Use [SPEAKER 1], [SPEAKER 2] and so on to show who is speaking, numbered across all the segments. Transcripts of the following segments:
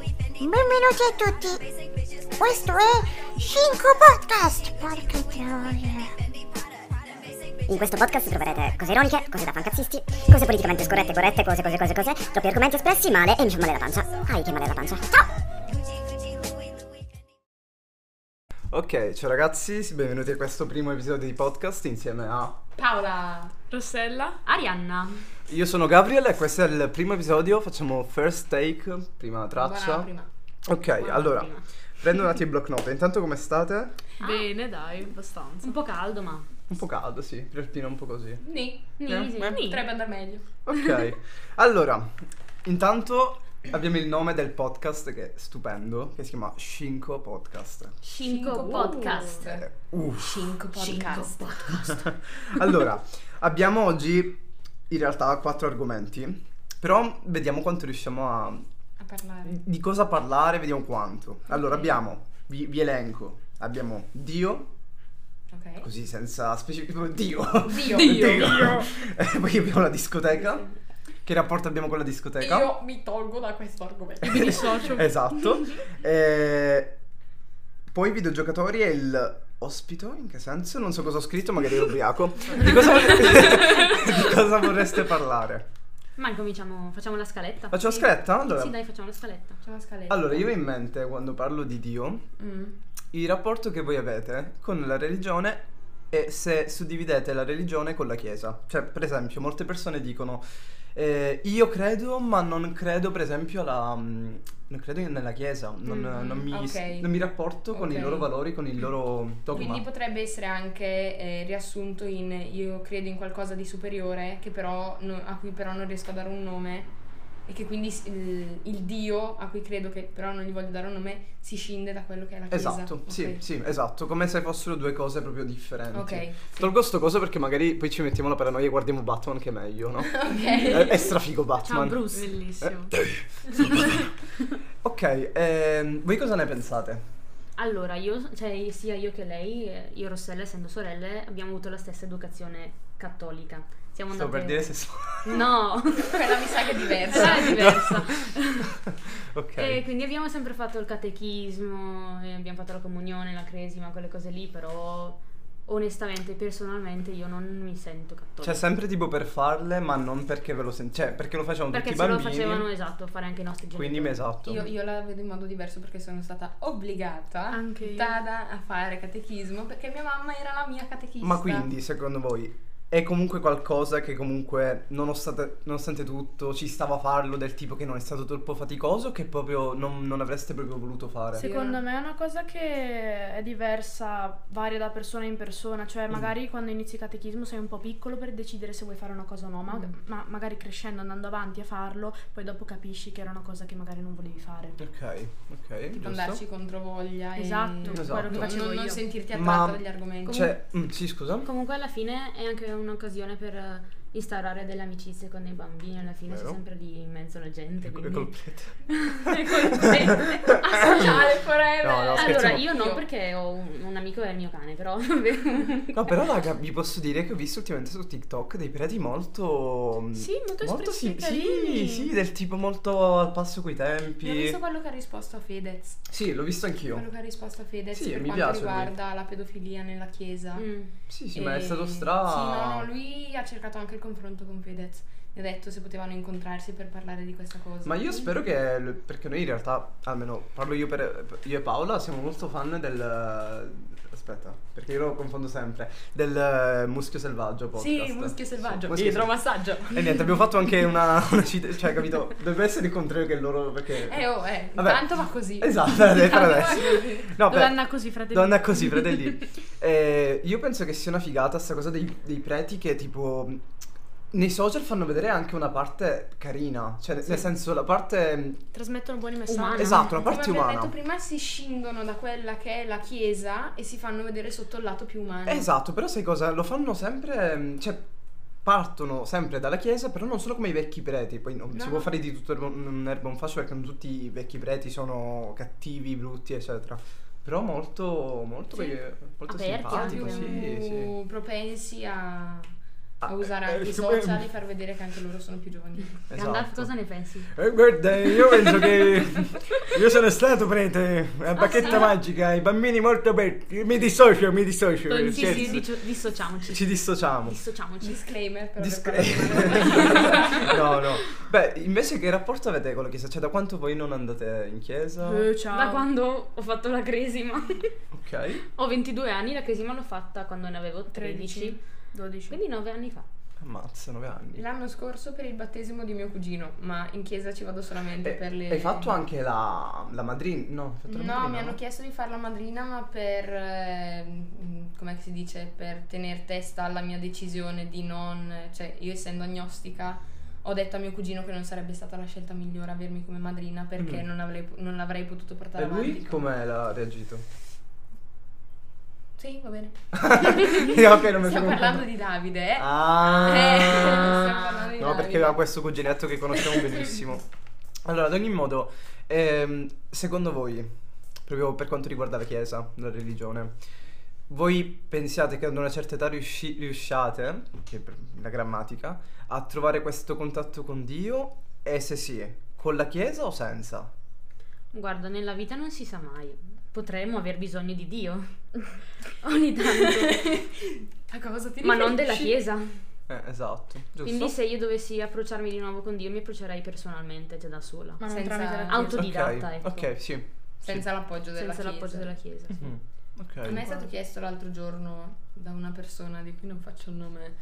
[SPEAKER 1] Benvenuti a tutti. Questo è 5 Podcast. Porca troia.
[SPEAKER 2] In questo podcast troverete cose ironiche, cose da fancazzisti, cose politicamente scorrette, corrette, cose, cose, cose, cose, troppi argomenti espressi, male e mi fa male la pancia. Ai, che male la pancia. Ciao!
[SPEAKER 3] Ok, ciao ragazzi, benvenuti a questo primo episodio di podcast insieme a...
[SPEAKER 4] Paola,
[SPEAKER 5] Rossella?
[SPEAKER 4] Arianna,
[SPEAKER 3] Io sono Gabriel e questo è il primo episodio, facciamo first take, prima traccia.
[SPEAKER 4] buona prima.
[SPEAKER 3] Ok,
[SPEAKER 4] Buona
[SPEAKER 3] allora,
[SPEAKER 4] prima.
[SPEAKER 3] prendo un attimo il block note. Intanto come state?
[SPEAKER 4] Ah.
[SPEAKER 5] Bene, dai, abbastanza.
[SPEAKER 4] Un po' caldo, ma.
[SPEAKER 3] Un po' caldo, sì, Rialtino un po' così.
[SPEAKER 4] Ni, ni,
[SPEAKER 3] Eh?
[SPEAKER 4] sì.
[SPEAKER 3] Eh?
[SPEAKER 4] Ni.
[SPEAKER 5] Potrebbe andare meglio.
[SPEAKER 3] Ok, allora, intanto abbiamo il nome del podcast che è stupendo, che si chiama Shinko Podcast.
[SPEAKER 4] Cinco
[SPEAKER 5] Uh.
[SPEAKER 4] podcast.
[SPEAKER 3] Eh, uff.
[SPEAKER 5] Cinco
[SPEAKER 4] Cinco podcast.
[SPEAKER 3] Allora, abbiamo oggi in realtà quattro argomenti, però vediamo quanto riusciamo a
[SPEAKER 5] A parlare.
[SPEAKER 3] di cosa parlare, vediamo quanto. Allora abbiamo, vi, vi elenco, abbiamo Dio,
[SPEAKER 5] Ok.
[SPEAKER 3] così senza specifico, Dio.
[SPEAKER 5] Dio.
[SPEAKER 3] E poi abbiamo la discoteca, che rapporto abbiamo con la discoteca?
[SPEAKER 5] Io mi tolgo da questo argomento.
[SPEAKER 3] mi dissocio. esatto. E poi videogiocatori e il ospito, in che senso? Non so cosa ho scritto, magari ero ubriaco. Di cosa, di cosa vorreste parlare?
[SPEAKER 4] Ma incominciamo, facciamo la scaletta.
[SPEAKER 3] Facciamo la scaletta? Allora.
[SPEAKER 4] Sì, dai, facciamo la scaletta.
[SPEAKER 5] C'è una scaletta.
[SPEAKER 3] Allora, io ho in mente, quando parlo di Dio,
[SPEAKER 5] Mm.
[SPEAKER 3] il rapporto che voi avete con la religione e se suddividete la religione con la Chiesa. Cioè, per esempio, molte persone dicono eh, io credo, ma non credo, per esempio, alla, mm, non credo nella Chiesa, non,
[SPEAKER 4] Mm,
[SPEAKER 3] non mi,
[SPEAKER 5] ok.
[SPEAKER 3] non mi rapporto con i
[SPEAKER 5] Ok.
[SPEAKER 3] loro valori, con il loro dogma.
[SPEAKER 5] Quindi potrebbe essere anche eh, riassunto in io credo in qualcosa di superiore che però no- a cui però non riesco a dare un nome e che quindi s- il, il Dio a cui credo che però non gli voglio dare un nome si scinde da quello che è la Chiesa.
[SPEAKER 3] Esatto,
[SPEAKER 5] Ok.
[SPEAKER 3] sì, sì, esatto, come se fossero due cose proprio differenti.
[SPEAKER 5] Ok.
[SPEAKER 3] Tolgo sto coso perché magari poi ci mettiamo la paranoia e guardiamo Batman che è meglio, no?
[SPEAKER 5] Ok.
[SPEAKER 3] è, è strafigo
[SPEAKER 4] Ciao,
[SPEAKER 3] Batman.
[SPEAKER 4] Bruce.
[SPEAKER 3] Eh,
[SPEAKER 5] Bellissimo.
[SPEAKER 3] ok, ehm, voi cosa ne pensate?
[SPEAKER 4] Allora, io, cioè, sia io che lei, eh, io e Rossella, essendo sorelle, abbiamo avuto la stessa educazione cattolica. Siamo
[SPEAKER 3] Sto
[SPEAKER 4] andate...
[SPEAKER 3] per dire se so-
[SPEAKER 4] No,
[SPEAKER 5] Quella mi sa che è diversa.
[SPEAKER 4] però è diversa.
[SPEAKER 3] Ok.
[SPEAKER 4] E quindi abbiamo sempre fatto il catechismo, e abbiamo fatto la comunione, la cresima, quelle cose lì, però onestamente, personalmente io non mi sento cattolica.
[SPEAKER 3] Cioè, sempre tipo per farle, ma non perché ve lo sentite. Cioè, perché lo facevano
[SPEAKER 4] perché
[SPEAKER 3] tutti i
[SPEAKER 4] ce lo
[SPEAKER 3] bambini.
[SPEAKER 4] facevano esatto, fare anche i nostri genitori.
[SPEAKER 3] Quindi, ma esatto.
[SPEAKER 5] Io, io la vedo in modo diverso perché sono stata obbligata Anche
[SPEAKER 4] io.
[SPEAKER 5] tada, a fare catechismo perché mia mamma era la mia catechista.
[SPEAKER 3] Ma quindi, secondo voi, è comunque qualcosa che comunque, nonostante, nonostante tutto, ci stava a farlo del tipo che non è stato troppo faticoso, che proprio non, non avreste proprio voluto fare?
[SPEAKER 5] Sì.
[SPEAKER 6] Secondo me è una cosa che è diversa, varia da persona in persona,
[SPEAKER 3] Mm.
[SPEAKER 6] cioè magari quando inizi il catechismo sei un po' piccolo per decidere se vuoi fare una cosa o no, ma,
[SPEAKER 4] Mm.
[SPEAKER 6] ma magari crescendo, andando avanti a farlo, poi dopo capisci che era una cosa che magari non volevi fare.
[SPEAKER 3] Ok, ok.
[SPEAKER 5] Tipo
[SPEAKER 3] giusto.
[SPEAKER 5] andarci contro voglia e-
[SPEAKER 6] Esatto,
[SPEAKER 3] Esatto.
[SPEAKER 6] quello che
[SPEAKER 5] Non,
[SPEAKER 6] facevo
[SPEAKER 5] non- non
[SPEAKER 6] io.
[SPEAKER 5] sentirti
[SPEAKER 3] Ma-
[SPEAKER 5] attratto dagli argomenti.
[SPEAKER 3] Cioè, mm, sì, scusa.
[SPEAKER 4] Comunque alla fine è anche un'occasione per eh, instaurare delle amicizie con dei bambini, alla fine
[SPEAKER 3] Vero.
[SPEAKER 4] c'è sempre lì in mezzo la gente,
[SPEAKER 3] Ecco,
[SPEAKER 4] quindi...
[SPEAKER 3] ecco il pet.
[SPEAKER 5] Asociale forever.
[SPEAKER 3] No, no,
[SPEAKER 4] Allora,
[SPEAKER 3] scherziamo.
[SPEAKER 4] io
[SPEAKER 5] Io-
[SPEAKER 4] non perché ho un, un amico che è il mio cane, però... vabbè.
[SPEAKER 3] No, però, raga, vi posso dire che ho visto ultimamente su TikTok dei preti molto.
[SPEAKER 6] Sì, molto espressi
[SPEAKER 3] sim-
[SPEAKER 6] e
[SPEAKER 3] Sì,
[SPEAKER 6] carini.
[SPEAKER 3] sì, del tipo molto al passo coi tempi.
[SPEAKER 5] Io ho visto quello che ha risposto a Fedez.
[SPEAKER 3] Sì, l'ho visto anch'io.
[SPEAKER 5] Quello che ha risposto a Fedez
[SPEAKER 3] Sì,
[SPEAKER 5] per
[SPEAKER 3] mi
[SPEAKER 5] quanto
[SPEAKER 3] piace lui.
[SPEAKER 5] riguarda la pedofilia nella chiesa.
[SPEAKER 4] Mm.
[SPEAKER 3] Sì, sì, ma è
[SPEAKER 5] E-
[SPEAKER 3] stato stra.
[SPEAKER 5] Sì, no, no, lui ha cercato anche il confronto con Fedez. Gli ha detto se potevano incontrarsi per parlare di questa cosa.
[SPEAKER 3] Ma io spero che. l- Perché noi in realtà, almeno parlo io, per, io e Paola, siamo molto fan del. Aspetta, perché io lo confondo sempre. Del eh, Muschio Selvaggio podcast.
[SPEAKER 5] Sì, muschio
[SPEAKER 3] Sì,
[SPEAKER 5] selvaggio.
[SPEAKER 3] Muschio Selvaggio.
[SPEAKER 5] massaggio.
[SPEAKER 3] E niente, abbiamo fatto anche una, una cita. Cioè, capito? Dovrebbe essere il contrario che loro. Perché.
[SPEAKER 5] Eh, oh, eh.
[SPEAKER 3] Vabbè.
[SPEAKER 5] Tanto va così.
[SPEAKER 3] Esatto, per
[SPEAKER 5] Tanto va
[SPEAKER 3] adesso.
[SPEAKER 5] così.
[SPEAKER 3] No, beh,
[SPEAKER 6] Donna così, fratello.
[SPEAKER 3] Donna così, fratelli. Eh, io penso che sia una figata sta cosa dei, dei preti che tipo. Nei social fanno vedere anche una parte carina, cioè nel senso la parte. mm,
[SPEAKER 6] Trasmettono buoni messaggi.
[SPEAKER 4] Umana.
[SPEAKER 3] Esatto, la parte
[SPEAKER 5] Come abbiamo
[SPEAKER 3] umana.
[SPEAKER 5] detto prima, si scindono da quella che è la chiesa e si fanno vedere sotto il lato più umano.
[SPEAKER 3] Esatto, però sai cosa? Lo fanno sempre. mm, Cioè, partono sempre dalla chiesa, però non sono come i vecchi preti. Poi non
[SPEAKER 5] No,
[SPEAKER 3] si può
[SPEAKER 5] no.
[SPEAKER 3] fare di tutto mm, erbo- un erba un fascio perché cioè non tutti i vecchi preti sono cattivi, brutti, eccetera. Però molto. molto,
[SPEAKER 5] Sì.
[SPEAKER 3] molto
[SPEAKER 4] Aperti
[SPEAKER 3] simpatico.
[SPEAKER 4] anche.
[SPEAKER 3] Sì, sì.
[SPEAKER 5] più propensi a, a usare
[SPEAKER 3] eh,
[SPEAKER 5] anche i
[SPEAKER 3] eh,
[SPEAKER 5] social e far vedere che anche loro sono più giovani.
[SPEAKER 4] Gandalf, cosa ne pensi?
[SPEAKER 3] Eh, guarda, io penso che io sono stato prete
[SPEAKER 5] Ah,
[SPEAKER 3] la bacchetta
[SPEAKER 4] sì?
[SPEAKER 3] magica, i bambini molto belli. Mi dissocio, mi dissocio.
[SPEAKER 4] Sì, sì,
[SPEAKER 3] scherzo. Eh,
[SPEAKER 4] sì, dicio- dissociamoci.
[SPEAKER 3] Ci dissociamo.
[SPEAKER 4] Dissociamoci.
[SPEAKER 5] Disclaimer però. per
[SPEAKER 3] Discre-
[SPEAKER 5] parlare male.
[SPEAKER 3] no, no. Beh, invece che rapporto avete con la chiesa? Cioè, da quanto voi non andate in chiesa?
[SPEAKER 6] Eh, ciao.
[SPEAKER 4] Da quando ho fatto la cresima.
[SPEAKER 3] Ok.
[SPEAKER 4] ho 22 anni, la cresima l'ho fatta quando ne avevo 13.
[SPEAKER 6] 13, 12.
[SPEAKER 4] Quindi 9 anni fa.
[SPEAKER 3] Ammazza, 9 anni.
[SPEAKER 5] L'anno scorso per il battesimo di mio cugino, ma in chiesa ci vado solamente
[SPEAKER 3] E-
[SPEAKER 5] per le...
[SPEAKER 3] Eh, Hai fatto anche la, la madrina? No, hai fatto la
[SPEAKER 5] No,
[SPEAKER 3] madrina,
[SPEAKER 5] mi hanno
[SPEAKER 3] no?
[SPEAKER 5] chiesto di fare la madrina, ma per... ehm, come si dice? Per tenere testa alla mia decisione di non... Cioè, io essendo agnostica, ho detto a mio cugino che non sarebbe stata la scelta migliore avermi come madrina perché
[SPEAKER 3] Mm.
[SPEAKER 5] non, avrei- non l'avrei potuto portare
[SPEAKER 3] E lui
[SPEAKER 5] avanti.
[SPEAKER 3] come l'ha reagito?
[SPEAKER 5] Sì, va bene.
[SPEAKER 3] Eh, ok, non mi sono
[SPEAKER 5] Stiamo parlando di Davide, eh? Eh, stiamo
[SPEAKER 3] Ah,
[SPEAKER 5] parlando
[SPEAKER 4] Eh.
[SPEAKER 5] di
[SPEAKER 3] no, perché
[SPEAKER 5] Davide.
[SPEAKER 3] aveva questo cuginetto che conosciamo benissimo. Allora, ad ogni modo, ehm, secondo voi, proprio per quanto riguarda la Chiesa, la religione, voi pensiate che ad una certa età riusci- riusciate, che per la grammatica, a trovare questo contatto con Dio? E se sì, con la Chiesa o senza?
[SPEAKER 4] Guarda, nella vita non si sa mai. Potremmo aver bisogno di Dio. Ogni tanto.
[SPEAKER 5] A cosa ti
[SPEAKER 4] Ma non della
[SPEAKER 5] riferisci?
[SPEAKER 4] Chiesa.
[SPEAKER 3] Eh, esatto, giusto?
[SPEAKER 4] Quindi se io dovessi approcciarmi di nuovo con Dio, mi approccerei personalmente, cioè da sola.
[SPEAKER 6] Ma non
[SPEAKER 5] Senza-
[SPEAKER 6] tramite la
[SPEAKER 4] Auto-
[SPEAKER 6] Auto...
[SPEAKER 4] autodidatta,
[SPEAKER 3] Ok,
[SPEAKER 4] ecco.
[SPEAKER 3] Ok, sì.
[SPEAKER 5] Senza l'appoggio della
[SPEAKER 4] senza l'appoggio
[SPEAKER 5] Chiesa.
[SPEAKER 4] della Chiesa. sì.
[SPEAKER 3] Mhm, Ok.
[SPEAKER 5] A me è stato chiesto l'altro giorno da una persona di cui non faccio il nome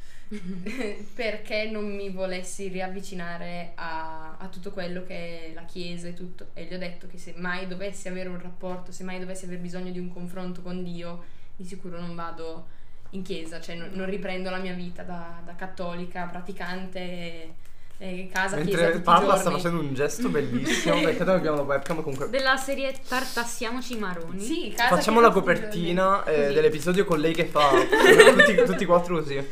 [SPEAKER 5] perché non mi volessi riavvicinare a, a tutto quello che è la Chiesa e tutto. E gli ho detto che se mai dovessi avere un rapporto, se mai dovessi aver bisogno di un confronto con Dio, di sicuro non vado in Chiesa, cioè non, non riprendo la mia vita da, da cattolica, praticante, eh, eh, casa, Chiesa.
[SPEAKER 3] Mentre
[SPEAKER 5] Tutti
[SPEAKER 3] parla
[SPEAKER 5] i
[SPEAKER 3] sta
[SPEAKER 5] giorni.
[SPEAKER 3] facendo un gesto bellissimo perché noi abbiamo la webcam comunque
[SPEAKER 4] Della serie Tartassiamoci i maroni.
[SPEAKER 5] Sì, casa,
[SPEAKER 3] Facciamo la
[SPEAKER 5] Chiesa, tutti i
[SPEAKER 3] copertina
[SPEAKER 5] giorni.
[SPEAKER 3] eh,
[SPEAKER 5] Così.
[SPEAKER 3] dell'episodio con lei che fa tutti, tutti e quattro così.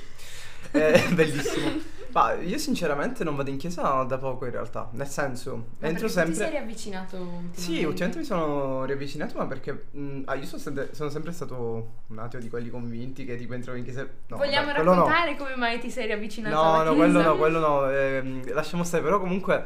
[SPEAKER 3] Eh, bellissimo. Ma io sinceramente non vado in chiesa da poco in realtà, nel senso,
[SPEAKER 5] Ma
[SPEAKER 3] entro
[SPEAKER 5] perché tu Ti sei
[SPEAKER 3] sempre...
[SPEAKER 5] riavvicinato ultimamente?
[SPEAKER 3] Sì, ultimamente mi sono riavvicinato, ma perché mh, ah, io sono, sempre- sono sempre stato un ateo di quelli convinti che tipo entravo in chiesa... No,
[SPEAKER 5] Vogliamo
[SPEAKER 3] vabbè, quello no.
[SPEAKER 5] raccontare come mai ti sei riavvicinato alla
[SPEAKER 3] No, no,
[SPEAKER 5] chiesa?
[SPEAKER 3] quello no, quello no. ehm, lasciamo stare, però comunque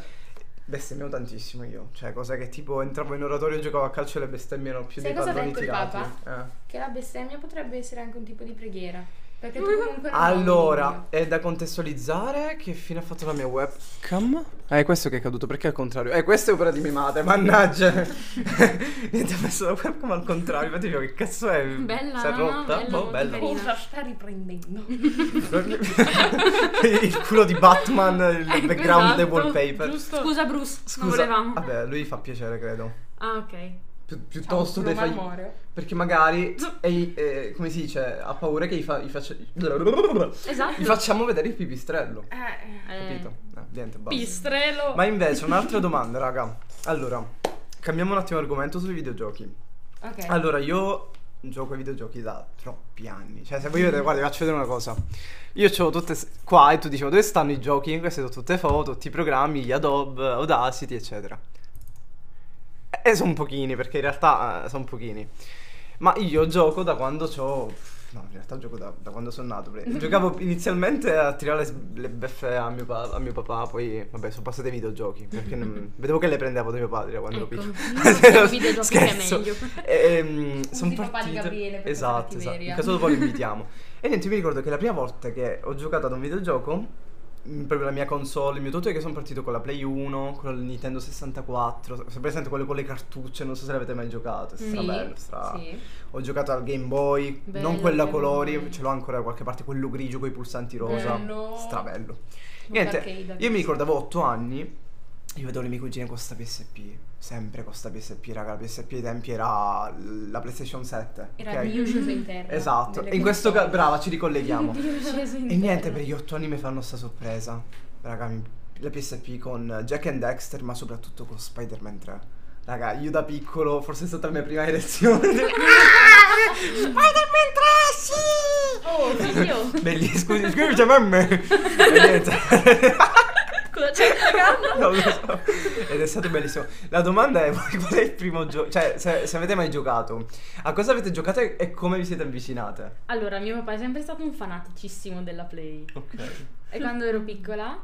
[SPEAKER 3] bestemmiamo tantissimo io. Cioè, cosa che tipo entravo in oratorio e giocavo a calcio e le bestemmiano più
[SPEAKER 5] Sai
[SPEAKER 3] dei
[SPEAKER 5] cosa ha
[SPEAKER 3] palloni
[SPEAKER 5] detto il
[SPEAKER 3] tirati. Eh.
[SPEAKER 5] Che la bestemmia potrebbe essere anche un tipo di preghiera. Perché tu comunque non nomini
[SPEAKER 3] Allora,
[SPEAKER 5] Dio.
[SPEAKER 3] è da contestualizzare che fine ha fatto la mia webcam. Eh, è questo che è caduto, perché al contrario? Eh, questa è opera di mia madre, mannaggia. Niente, ha messo la webcam al contrario. Infatti, dico, che cazzo è?
[SPEAKER 4] Bella,
[SPEAKER 3] Si è
[SPEAKER 4] no, no,
[SPEAKER 3] rotta?
[SPEAKER 4] bella,
[SPEAKER 3] boh,
[SPEAKER 4] molto
[SPEAKER 3] bella.
[SPEAKER 4] carina.
[SPEAKER 5] Ora sta riprendendo.
[SPEAKER 3] il culo di Batman, il
[SPEAKER 4] Ecco,
[SPEAKER 3] background dei
[SPEAKER 4] esatto,
[SPEAKER 3] wallpaper.
[SPEAKER 6] Giusto?
[SPEAKER 4] Scusa Bruce, non
[SPEAKER 3] Scusa,
[SPEAKER 4] volevamo.
[SPEAKER 3] vabbè, lui fa piacere, credo.
[SPEAKER 4] Ah, ok.
[SPEAKER 3] Pi-
[SPEAKER 5] Ciao,
[SPEAKER 3] piuttosto dei
[SPEAKER 5] Roma
[SPEAKER 3] fagli.
[SPEAKER 5] Armoreo.
[SPEAKER 3] Perché magari. e- e- come si dice? Ha paura che gli, fa- gli faccia-
[SPEAKER 4] Esatto.
[SPEAKER 3] gli facciamo vedere il pipistrello.
[SPEAKER 5] Eh,
[SPEAKER 4] Eh,
[SPEAKER 3] Capito? Eh, niente, basta.
[SPEAKER 6] Pistrello.
[SPEAKER 3] Ma invece, un'altra domanda, raga. Allora, cambiamo un attimo argomento sui videogiochi.
[SPEAKER 5] ok.
[SPEAKER 3] Allora, io gioco ai videogiochi da troppi anni. Cioè, se voi vedete, guarda, vi faccio vedere una cosa. Io c'ho tutte s- qua e tu dicevo dove stanno i giochi? Queste sono tutte foto, tutti i programmi, gli Adobe, Audacity, eccetera. E sono pochini, perché in realtà sono pochini. Ma io gioco da quando c'ho... No, in realtà gioco da, da quando sono nato. perché Giocavo inizialmente a tirare le s- le beffe a mio, pa- a mio papà, poi vabbè sono passati ai videogiochi, perché non- vedevo che le prendevo da mio padre quando ero
[SPEAKER 4] Ecco,
[SPEAKER 3] piccolo.
[SPEAKER 4] i videogiochi che è
[SPEAKER 3] Scherzo.
[SPEAKER 4] meglio.
[SPEAKER 3] Ehm, son
[SPEAKER 5] i papà di
[SPEAKER 3] partito-
[SPEAKER 5] Gabriele per
[SPEAKER 3] esatto, esatto.
[SPEAKER 5] cattiveria.
[SPEAKER 3] In caso dopo lo invitiamo. e niente, mi ricordo che la prima volta che ho giocato ad un videogioco, mh, proprio la mia console, il mio tutto è che sono partito con la Play 1, con il Nintendo 64, se presente quello con le cartucce, non so se l'avete mai giocato, è
[SPEAKER 5] Sì,
[SPEAKER 3] strabello, stra-
[SPEAKER 5] sì.
[SPEAKER 3] Ho giocato al Game Boy,
[SPEAKER 4] Bello,
[SPEAKER 3] non quella a
[SPEAKER 4] Game
[SPEAKER 3] colori,
[SPEAKER 4] Boy.
[SPEAKER 3] ce l'ho ancora da qualche parte, quello grigio con i pulsanti rosa,
[SPEAKER 5] Bello.
[SPEAKER 3] strabello.
[SPEAKER 5] Un
[SPEAKER 3] Niente,
[SPEAKER 5] arcade,
[SPEAKER 3] io
[SPEAKER 5] adesso.
[SPEAKER 3] mi ricordavo 8 anni, io vedo le mie cugine con sta PSP, sempre con sta PSP, raga, la PSP ai tempi era la PlayStation 7.
[SPEAKER 5] Era
[SPEAKER 3] ok?
[SPEAKER 5] Dio sceso in terra.
[SPEAKER 3] Esatto,
[SPEAKER 5] Nelle
[SPEAKER 3] in questo caso,
[SPEAKER 5] console.
[SPEAKER 3] brava, ci ricolleghiamo.
[SPEAKER 4] Sceso in
[SPEAKER 3] e niente,
[SPEAKER 4] terra.
[SPEAKER 3] per gli 8 anni mi fanno sta sorpresa, raga, mi- la PSP con Jack and Dexter, ma soprattutto con Spider-Man 3. Raga, io da piccolo, forse è stata la mia prima erezione.
[SPEAKER 1] Spider-Man 3, sì!
[SPEAKER 4] Oh, figlio!
[SPEAKER 3] Bellissimo, scusi, scusi, mamma. E niente.
[SPEAKER 4] Cosa
[SPEAKER 5] stai cagando?
[SPEAKER 3] Non lo so. Ed è stato bellissimo. La domanda è voi qual è il primo gioco? Cioè, se, se avete mai giocato, a cosa avete giocato e e come vi siete avvicinate?
[SPEAKER 4] Allora, mio papà è sempre stato un fanaticissimo della Play.
[SPEAKER 3] Ok.
[SPEAKER 4] E quando ero piccola,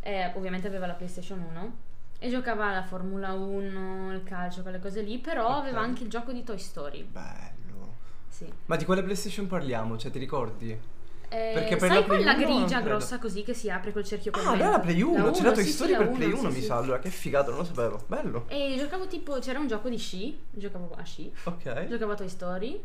[SPEAKER 4] eh, ovviamente aveva la PlayStation 1 e giocava alla Formula 1, il calcio, quelle cose lì, però
[SPEAKER 3] Ok.
[SPEAKER 4] aveva anche il gioco di Toy Story.
[SPEAKER 3] Bello.
[SPEAKER 4] Sì.
[SPEAKER 3] Ma di quale PlayStation parliamo? Cioè, ti ricordi?
[SPEAKER 4] Eh,
[SPEAKER 3] Perché per
[SPEAKER 4] sai
[SPEAKER 3] la Play
[SPEAKER 4] quella
[SPEAKER 3] uno non
[SPEAKER 4] grigia
[SPEAKER 3] credo.
[SPEAKER 4] grossa così che si apre col cerchio
[SPEAKER 3] Ah,
[SPEAKER 4] per
[SPEAKER 3] allora la Play 1, c'era Toy
[SPEAKER 4] sì, sì,
[SPEAKER 3] Story
[SPEAKER 4] la
[SPEAKER 3] per Play 1,
[SPEAKER 4] sì,
[SPEAKER 3] mi
[SPEAKER 4] sì.
[SPEAKER 3] sa. Allora, che figata, non lo sapevo. Bello.
[SPEAKER 4] E giocavo tipo, c'era un gioco di sci, giocavo a sci,
[SPEAKER 3] Ok.
[SPEAKER 4] giocavo a Toy Story,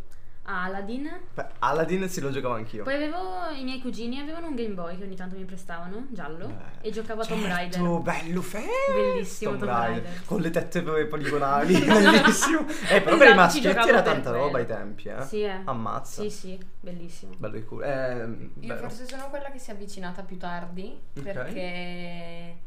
[SPEAKER 4] a Aladdin,
[SPEAKER 3] Beh, Aladdin sì lo giocavo anch'io.
[SPEAKER 4] poi avevo, i miei cugini avevano un Game Boy che ogni tanto mi prestavano, giallo,
[SPEAKER 3] Eh,
[SPEAKER 4] e giocavo a Tomb Raider.
[SPEAKER 3] Certo, bello, fe-
[SPEAKER 4] Bellissimo Tomb Raider.
[SPEAKER 3] Con le tette poi poligonali, bellissimo. Eh, però per i
[SPEAKER 4] Esatto, ci
[SPEAKER 3] maschietti
[SPEAKER 4] giocavo
[SPEAKER 3] era
[SPEAKER 4] per
[SPEAKER 3] tanta
[SPEAKER 4] quello.
[SPEAKER 3] roba ai tempi, eh.
[SPEAKER 4] Sì, eh.
[SPEAKER 3] Ammazza.
[SPEAKER 4] Sì, sì, bellissimo.
[SPEAKER 3] Bello il culo. Eh,
[SPEAKER 5] Io
[SPEAKER 3] vero.
[SPEAKER 5] forse sono quella che si è avvicinata più tardi
[SPEAKER 3] Ok.
[SPEAKER 5] perché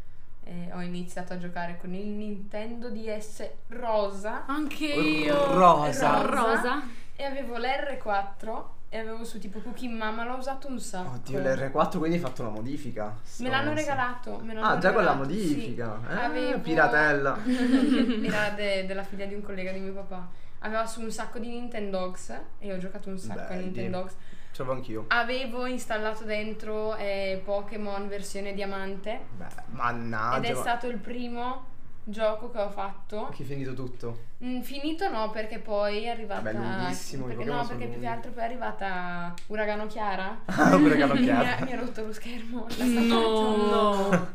[SPEAKER 5] eh, ho iniziato a giocare con il Nintendo DS rosa
[SPEAKER 6] Anche
[SPEAKER 3] io.
[SPEAKER 6] io.
[SPEAKER 3] Rosa.
[SPEAKER 4] Rosa.
[SPEAKER 5] e avevo l'R4 e avevo su tipo Cookie Mama, l'ho usato un sacco.
[SPEAKER 3] Oddio, l'R4 quindi hai fatto una modifica.
[SPEAKER 5] Me l'hanno regalato, me l'hanno
[SPEAKER 3] Ah, già con la
[SPEAKER 5] regalato, sì.
[SPEAKER 3] modifica. Eh,
[SPEAKER 5] Avevo-
[SPEAKER 3] piratella.
[SPEAKER 5] Era de- della figlia di un collega di mio papà. Aveva su un sacco di Nintendogs e ho giocato un sacco a
[SPEAKER 3] Belli.
[SPEAKER 5] Nintendogs.
[SPEAKER 3] Ce l'avevo anch'io.
[SPEAKER 5] Avevo installato dentro eh, Pokémon versione diamante
[SPEAKER 3] Beh, mannaggia.
[SPEAKER 5] ed è
[SPEAKER 3] ma-
[SPEAKER 5] stato il primo gioco che ho fatto.
[SPEAKER 3] Che è finito tutto.
[SPEAKER 5] Mm, finito no, perché poi è arrivata.
[SPEAKER 3] Vabbè, lunghissimo, i
[SPEAKER 5] perché
[SPEAKER 3] Pokémon
[SPEAKER 5] no,
[SPEAKER 3] sono
[SPEAKER 5] perché più che
[SPEAKER 3] lunghi.
[SPEAKER 5] altro poi è arrivata Uragano Chiara.
[SPEAKER 3] Ah, pure che hanno
[SPEAKER 5] mi, ha,
[SPEAKER 3] chiaro.
[SPEAKER 5] mi ha rotto lo schermo. la
[SPEAKER 4] No.
[SPEAKER 5] staccata.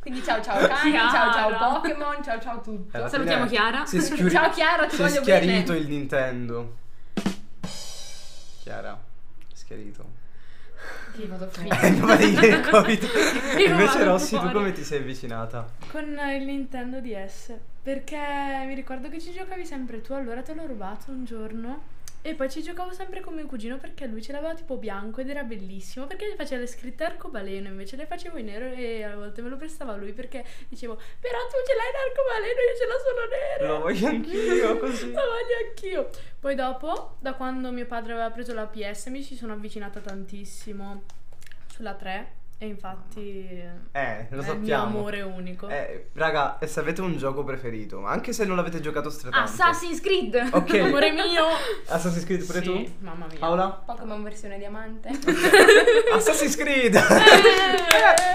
[SPEAKER 5] Quindi ciao ciao cani,
[SPEAKER 4] Chiara.
[SPEAKER 5] ciao ciao Pokémon, ciao ciao tutto.
[SPEAKER 3] Alla
[SPEAKER 4] Salutiamo
[SPEAKER 3] fine
[SPEAKER 4] Chiara.
[SPEAKER 3] Si è, schiuri-
[SPEAKER 5] Ciao Chiara, ti
[SPEAKER 3] si è
[SPEAKER 5] voglio
[SPEAKER 3] schiarito
[SPEAKER 5] bene.
[SPEAKER 3] il Nintendo. Chiara, schiarito.
[SPEAKER 5] Ti vado fuori.
[SPEAKER 3] Eh, non va dire il Covid. Invece
[SPEAKER 4] vado
[SPEAKER 3] Rossi, tu
[SPEAKER 4] fuori.
[SPEAKER 3] come ti sei avvicinata?
[SPEAKER 6] Con eh, il Nintendo DS. Perché mi ricordo che ci giocavi sempre tu, allora te l'ho rubato un giorno. E poi ci giocavo sempre con mio cugino perché lui ce l'aveva tipo bianco ed era bellissimo. Perché gli faceva le scritte arcobaleno, invece le facevo in nero e a volte me lo prestava lui perché dicevo: Però tu ce l'hai l'arcobaleno, io ce l'ho solo
[SPEAKER 3] Lo voglio anch'io
[SPEAKER 6] nero.
[SPEAKER 3] così. Eh,
[SPEAKER 6] Lo voglio anch'io. Poi dopo, da quando mio padre aveva preso la PS, mi ci sono avvicinata tantissimo sulla 3 e infatti
[SPEAKER 3] Eh, lo
[SPEAKER 6] è il mio
[SPEAKER 3] sappiamo.
[SPEAKER 6] amore
[SPEAKER 5] Ecco.
[SPEAKER 6] unico.
[SPEAKER 3] Eh, raga, e se avete un gioco preferito, ma anche se non l'avete giocato stratanto.
[SPEAKER 4] Assassin's Creed.
[SPEAKER 6] Amore
[SPEAKER 3] Ok.
[SPEAKER 6] mio.
[SPEAKER 3] Assassin's Creed pure
[SPEAKER 6] Sì,
[SPEAKER 3] tu?
[SPEAKER 6] Mamma mia.
[SPEAKER 3] Paola?
[SPEAKER 5] Pokémon versione diamante.
[SPEAKER 3] Assassin's Creed!
[SPEAKER 4] Eh,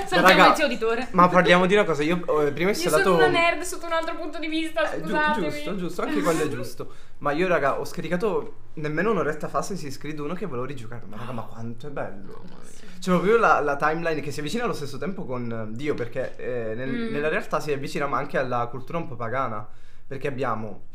[SPEAKER 4] Salutiamo
[SPEAKER 3] Raga.
[SPEAKER 4] il zio uditore.
[SPEAKER 3] ma parliamo di una cosa, io eh, prima ho
[SPEAKER 5] Io
[SPEAKER 3] installato...
[SPEAKER 5] sono una nerd sotto un altro punto di vista,
[SPEAKER 3] Eh, giu-
[SPEAKER 5] scusatemi.
[SPEAKER 3] giusto, giusto, anche quello è giusto. Ma io, raga, ho scaricato nemmeno un'oretta fa si Creed 1 che volevo rigiocare. Ma raga, ma quanto è bello! C'è proprio la, la timeline che si avvicina allo stesso tempo con eh, Dio, perché eh, nel-
[SPEAKER 4] Mm.
[SPEAKER 3] nella realtà si avvicina ma anche alla cultura un po' pagana. Perché abbiamo.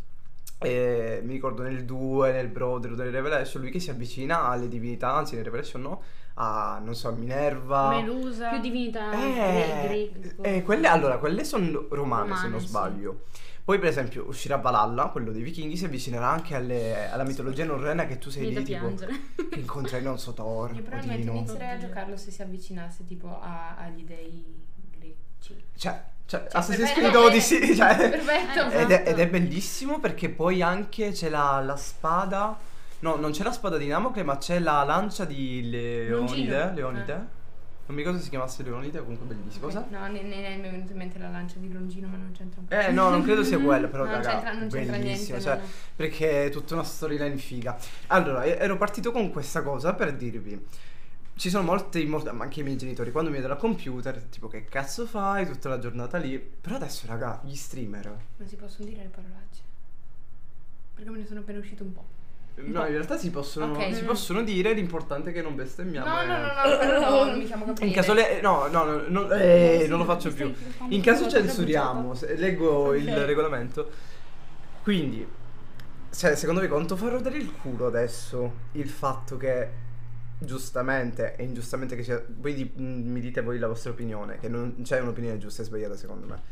[SPEAKER 3] eh, mi ricordo nel 2, nel Brotherhood, nel Revelation, lui che si avvicina alle divinità, anzi nel Revelation no, a, non so, a Minerva.
[SPEAKER 6] Melusa.
[SPEAKER 4] Più divinità.
[SPEAKER 3] Eh,
[SPEAKER 4] gre- greco.
[SPEAKER 3] eh, quelle, allora, quelle sono romane, se
[SPEAKER 4] Romane,
[SPEAKER 3] non
[SPEAKER 4] sì.
[SPEAKER 3] sbaglio. Poi, per esempio, uscirà Valhalla, quello dei vichinghi, si avvicinerà anche alle- alla mitologia norrena che tu sei
[SPEAKER 4] Mi da
[SPEAKER 3] lì, tipo,
[SPEAKER 4] piangere.
[SPEAKER 3] che incontri, non so, Thor,
[SPEAKER 5] Io probabilmente
[SPEAKER 3] Odino.
[SPEAKER 5] inizierei a
[SPEAKER 4] Oddio.
[SPEAKER 5] giocarlo se si avvicinasse tipo a- agli dei greci.
[SPEAKER 3] Cioè, cioè, Assassin's
[SPEAKER 5] per me-
[SPEAKER 3] Creed
[SPEAKER 5] eh,
[SPEAKER 3] Odyssey, cioè...
[SPEAKER 5] Perfetto.
[SPEAKER 4] Eh,
[SPEAKER 3] Ed è,
[SPEAKER 4] esatto.
[SPEAKER 3] ed è bellissimo perché poi anche c'è la, la spada... No, non c'è la spada di Namocle, ma c'è la lancia di Leonide.
[SPEAKER 5] Longino.
[SPEAKER 3] Leonide?
[SPEAKER 5] Ah.
[SPEAKER 3] Non mi ricordo se si chiamasse Leonide, comunque bellissimo. Cosa?
[SPEAKER 5] No, ne, ne, ne mi è venuta in mente la lancia di Longino, ma non c'entra un
[SPEAKER 3] Eh no, non credo sia quello, però
[SPEAKER 5] No, non
[SPEAKER 3] raga,
[SPEAKER 5] c'entra- non c'entra
[SPEAKER 3] bellissimo,
[SPEAKER 5] niente,
[SPEAKER 3] cioè,
[SPEAKER 5] no, no.
[SPEAKER 3] perché è tutta una storyline figa. Allora, e- ero partito con questa cosa per dirvi ci sono molti, molti- ma anche i miei genitori, quando mi vedono al computer, tipo che cazzo fai tutta la giornata lì? Però adesso, raga, gli streamer.
[SPEAKER 5] Non si possono dire le parolacce. Perché me ne sono appena uscito un po'.
[SPEAKER 3] No, in realtà si possono,
[SPEAKER 5] Ok.
[SPEAKER 3] si possono dire, l'importante è che non bestemmiamo.
[SPEAKER 5] No,
[SPEAKER 3] eh.
[SPEAKER 5] no, no, no, però no, non mi chiamo Gabriele.
[SPEAKER 3] In caso le... No, no, no, no, eh, non lo faccio più. In caso censuriamo, se- leggo il
[SPEAKER 5] Ok.
[SPEAKER 3] regolamento. Quindi, se- secondo me quanto fa rodere il culo adesso il fatto che giustamente e ingiustamente che sia... Voi di- mm, mi dite voi la vostra opinione, che non c'è un'opinione giusta e sbagliata secondo me.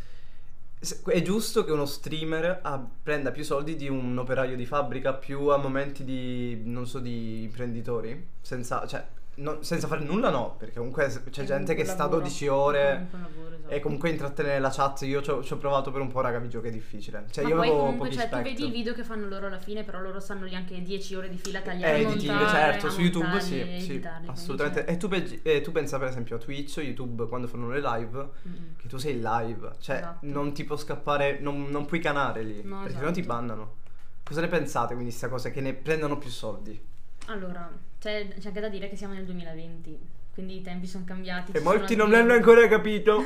[SPEAKER 3] Se- È giusto che uno streamer ah, prenda più soldi di un operaio di fabbrica più a momenti di, non so, di imprenditori? Senza, cioè, no- senza fare nulla no, perché comunque s- c'è
[SPEAKER 5] È
[SPEAKER 3] gente che
[SPEAKER 5] un
[SPEAKER 3] sta
[SPEAKER 5] lavoro. Mm.
[SPEAKER 3] 12 ore
[SPEAKER 4] Comunque un lavoro, esatto.
[SPEAKER 3] e Eh, comunque intrattenere la chat, io ci ho ci ho provato per un po', raga, vi gioco è difficile. Cioè
[SPEAKER 4] Ma
[SPEAKER 3] io
[SPEAKER 4] poi
[SPEAKER 3] avevo
[SPEAKER 4] comunque,
[SPEAKER 3] pochi
[SPEAKER 4] cioè, tu
[SPEAKER 3] specchi.
[SPEAKER 4] vedi i video che fanno loro alla fine, però loro stanno lì anche 10 ore di fila a tagliare,
[SPEAKER 3] Eh,
[SPEAKER 4] a
[SPEAKER 3] editing,
[SPEAKER 4] montare,
[SPEAKER 3] certo,
[SPEAKER 4] a
[SPEAKER 3] su YouTube
[SPEAKER 4] montarli,
[SPEAKER 3] sì,
[SPEAKER 4] a
[SPEAKER 3] sì,
[SPEAKER 4] editarli, quindi,
[SPEAKER 3] assolutamente.
[SPEAKER 4] cioè,
[SPEAKER 3] E tu, pe- eh, tu pensa per esempio a Twitch, YouTube, quando fanno le live,
[SPEAKER 4] mm.
[SPEAKER 3] che tu sei live, cioè
[SPEAKER 4] Esatto.
[SPEAKER 3] non ti può scappare, non, non puoi canare lì,
[SPEAKER 4] No,
[SPEAKER 3] perché sennò ti
[SPEAKER 4] esatto.
[SPEAKER 3] bannano. Cosa ne pensate quindi di sta cosa? Che ne prendano più soldi?
[SPEAKER 4] Allora, c'è, c'è anche da dire che siamo nel 2020, quindi i tempi sono cambiati.
[SPEAKER 3] E
[SPEAKER 4] ci sono
[SPEAKER 3] molti non
[SPEAKER 4] altri-
[SPEAKER 3] l'hanno ancora capito.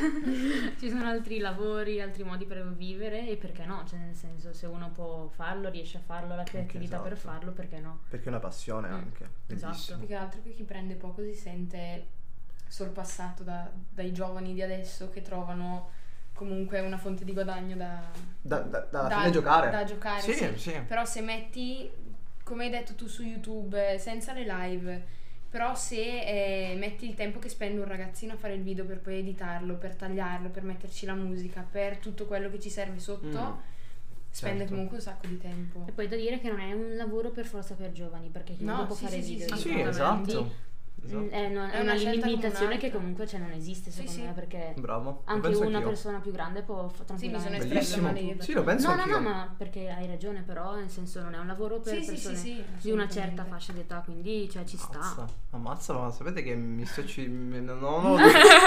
[SPEAKER 4] Ci sono altri lavori, altri modi per vivere e perché no? Cioè, nel senso, se uno può farlo, riesce a farlo, ha la creatività per
[SPEAKER 3] esatto.
[SPEAKER 4] farlo, perché no?
[SPEAKER 3] Perché è una passione
[SPEAKER 4] Mm,
[SPEAKER 3] anche.
[SPEAKER 4] esatto.
[SPEAKER 3] Bellissimo.
[SPEAKER 5] Più che altro che chi prende poco si sente sorpassato da- dai giovani di adesso che trovano comunque una fonte di guadagno da,
[SPEAKER 3] Da, da, da,
[SPEAKER 5] da-
[SPEAKER 3] fine giocare.
[SPEAKER 5] da giocare,
[SPEAKER 3] Sì,
[SPEAKER 5] sì.
[SPEAKER 3] sì.
[SPEAKER 5] Però se metti, come hai detto tu su YouTube, eh, senza le live, però se eh, metti il tempo che spende un ragazzino a fare il video per poi editarlo, per tagliarlo, per metterci la musica, per tutto quello che ci serve sotto,
[SPEAKER 3] Mm,
[SPEAKER 5] spende
[SPEAKER 3] certo.
[SPEAKER 5] comunque un sacco di tempo.
[SPEAKER 4] E poi da dire che non è un lavoro per forza per giovani, perché chiunque
[SPEAKER 5] No,
[SPEAKER 4] può
[SPEAKER 5] sì,
[SPEAKER 4] fare
[SPEAKER 5] sì, sì,
[SPEAKER 4] video.
[SPEAKER 5] sì,
[SPEAKER 3] Ah, sì,
[SPEAKER 4] quindi,
[SPEAKER 3] esatto.
[SPEAKER 4] mm,
[SPEAKER 3] Esatto.
[SPEAKER 4] È una,
[SPEAKER 5] È
[SPEAKER 4] è una
[SPEAKER 5] una scelta
[SPEAKER 4] limitazione che
[SPEAKER 5] comunque.
[SPEAKER 4] comunque cioè, non esiste
[SPEAKER 5] Sì,
[SPEAKER 4] secondo
[SPEAKER 5] sì.
[SPEAKER 4] me, perché
[SPEAKER 3] Bravo. lo
[SPEAKER 4] anche
[SPEAKER 3] penso
[SPEAKER 4] una
[SPEAKER 3] anch'io.
[SPEAKER 4] persona più grande può fa-
[SPEAKER 5] Sì, mi sono
[SPEAKER 4] tranquillamente
[SPEAKER 5] espressa
[SPEAKER 4] fare
[SPEAKER 5] male io.
[SPEAKER 3] Bellissimo. Sì, lo penso
[SPEAKER 4] No, no,
[SPEAKER 3] anch'io.
[SPEAKER 4] no, ma perché hai ragione, però nel senso non è un lavoro per
[SPEAKER 5] Sì, sì, sì,
[SPEAKER 4] persone
[SPEAKER 5] sì,
[SPEAKER 4] di una
[SPEAKER 5] assolutamente.
[SPEAKER 4] certa fascia d'età, quindi cioè, ci sta.
[SPEAKER 3] Ammazza, ammazza, ma sapete che mi sto ci... me- No, no, no.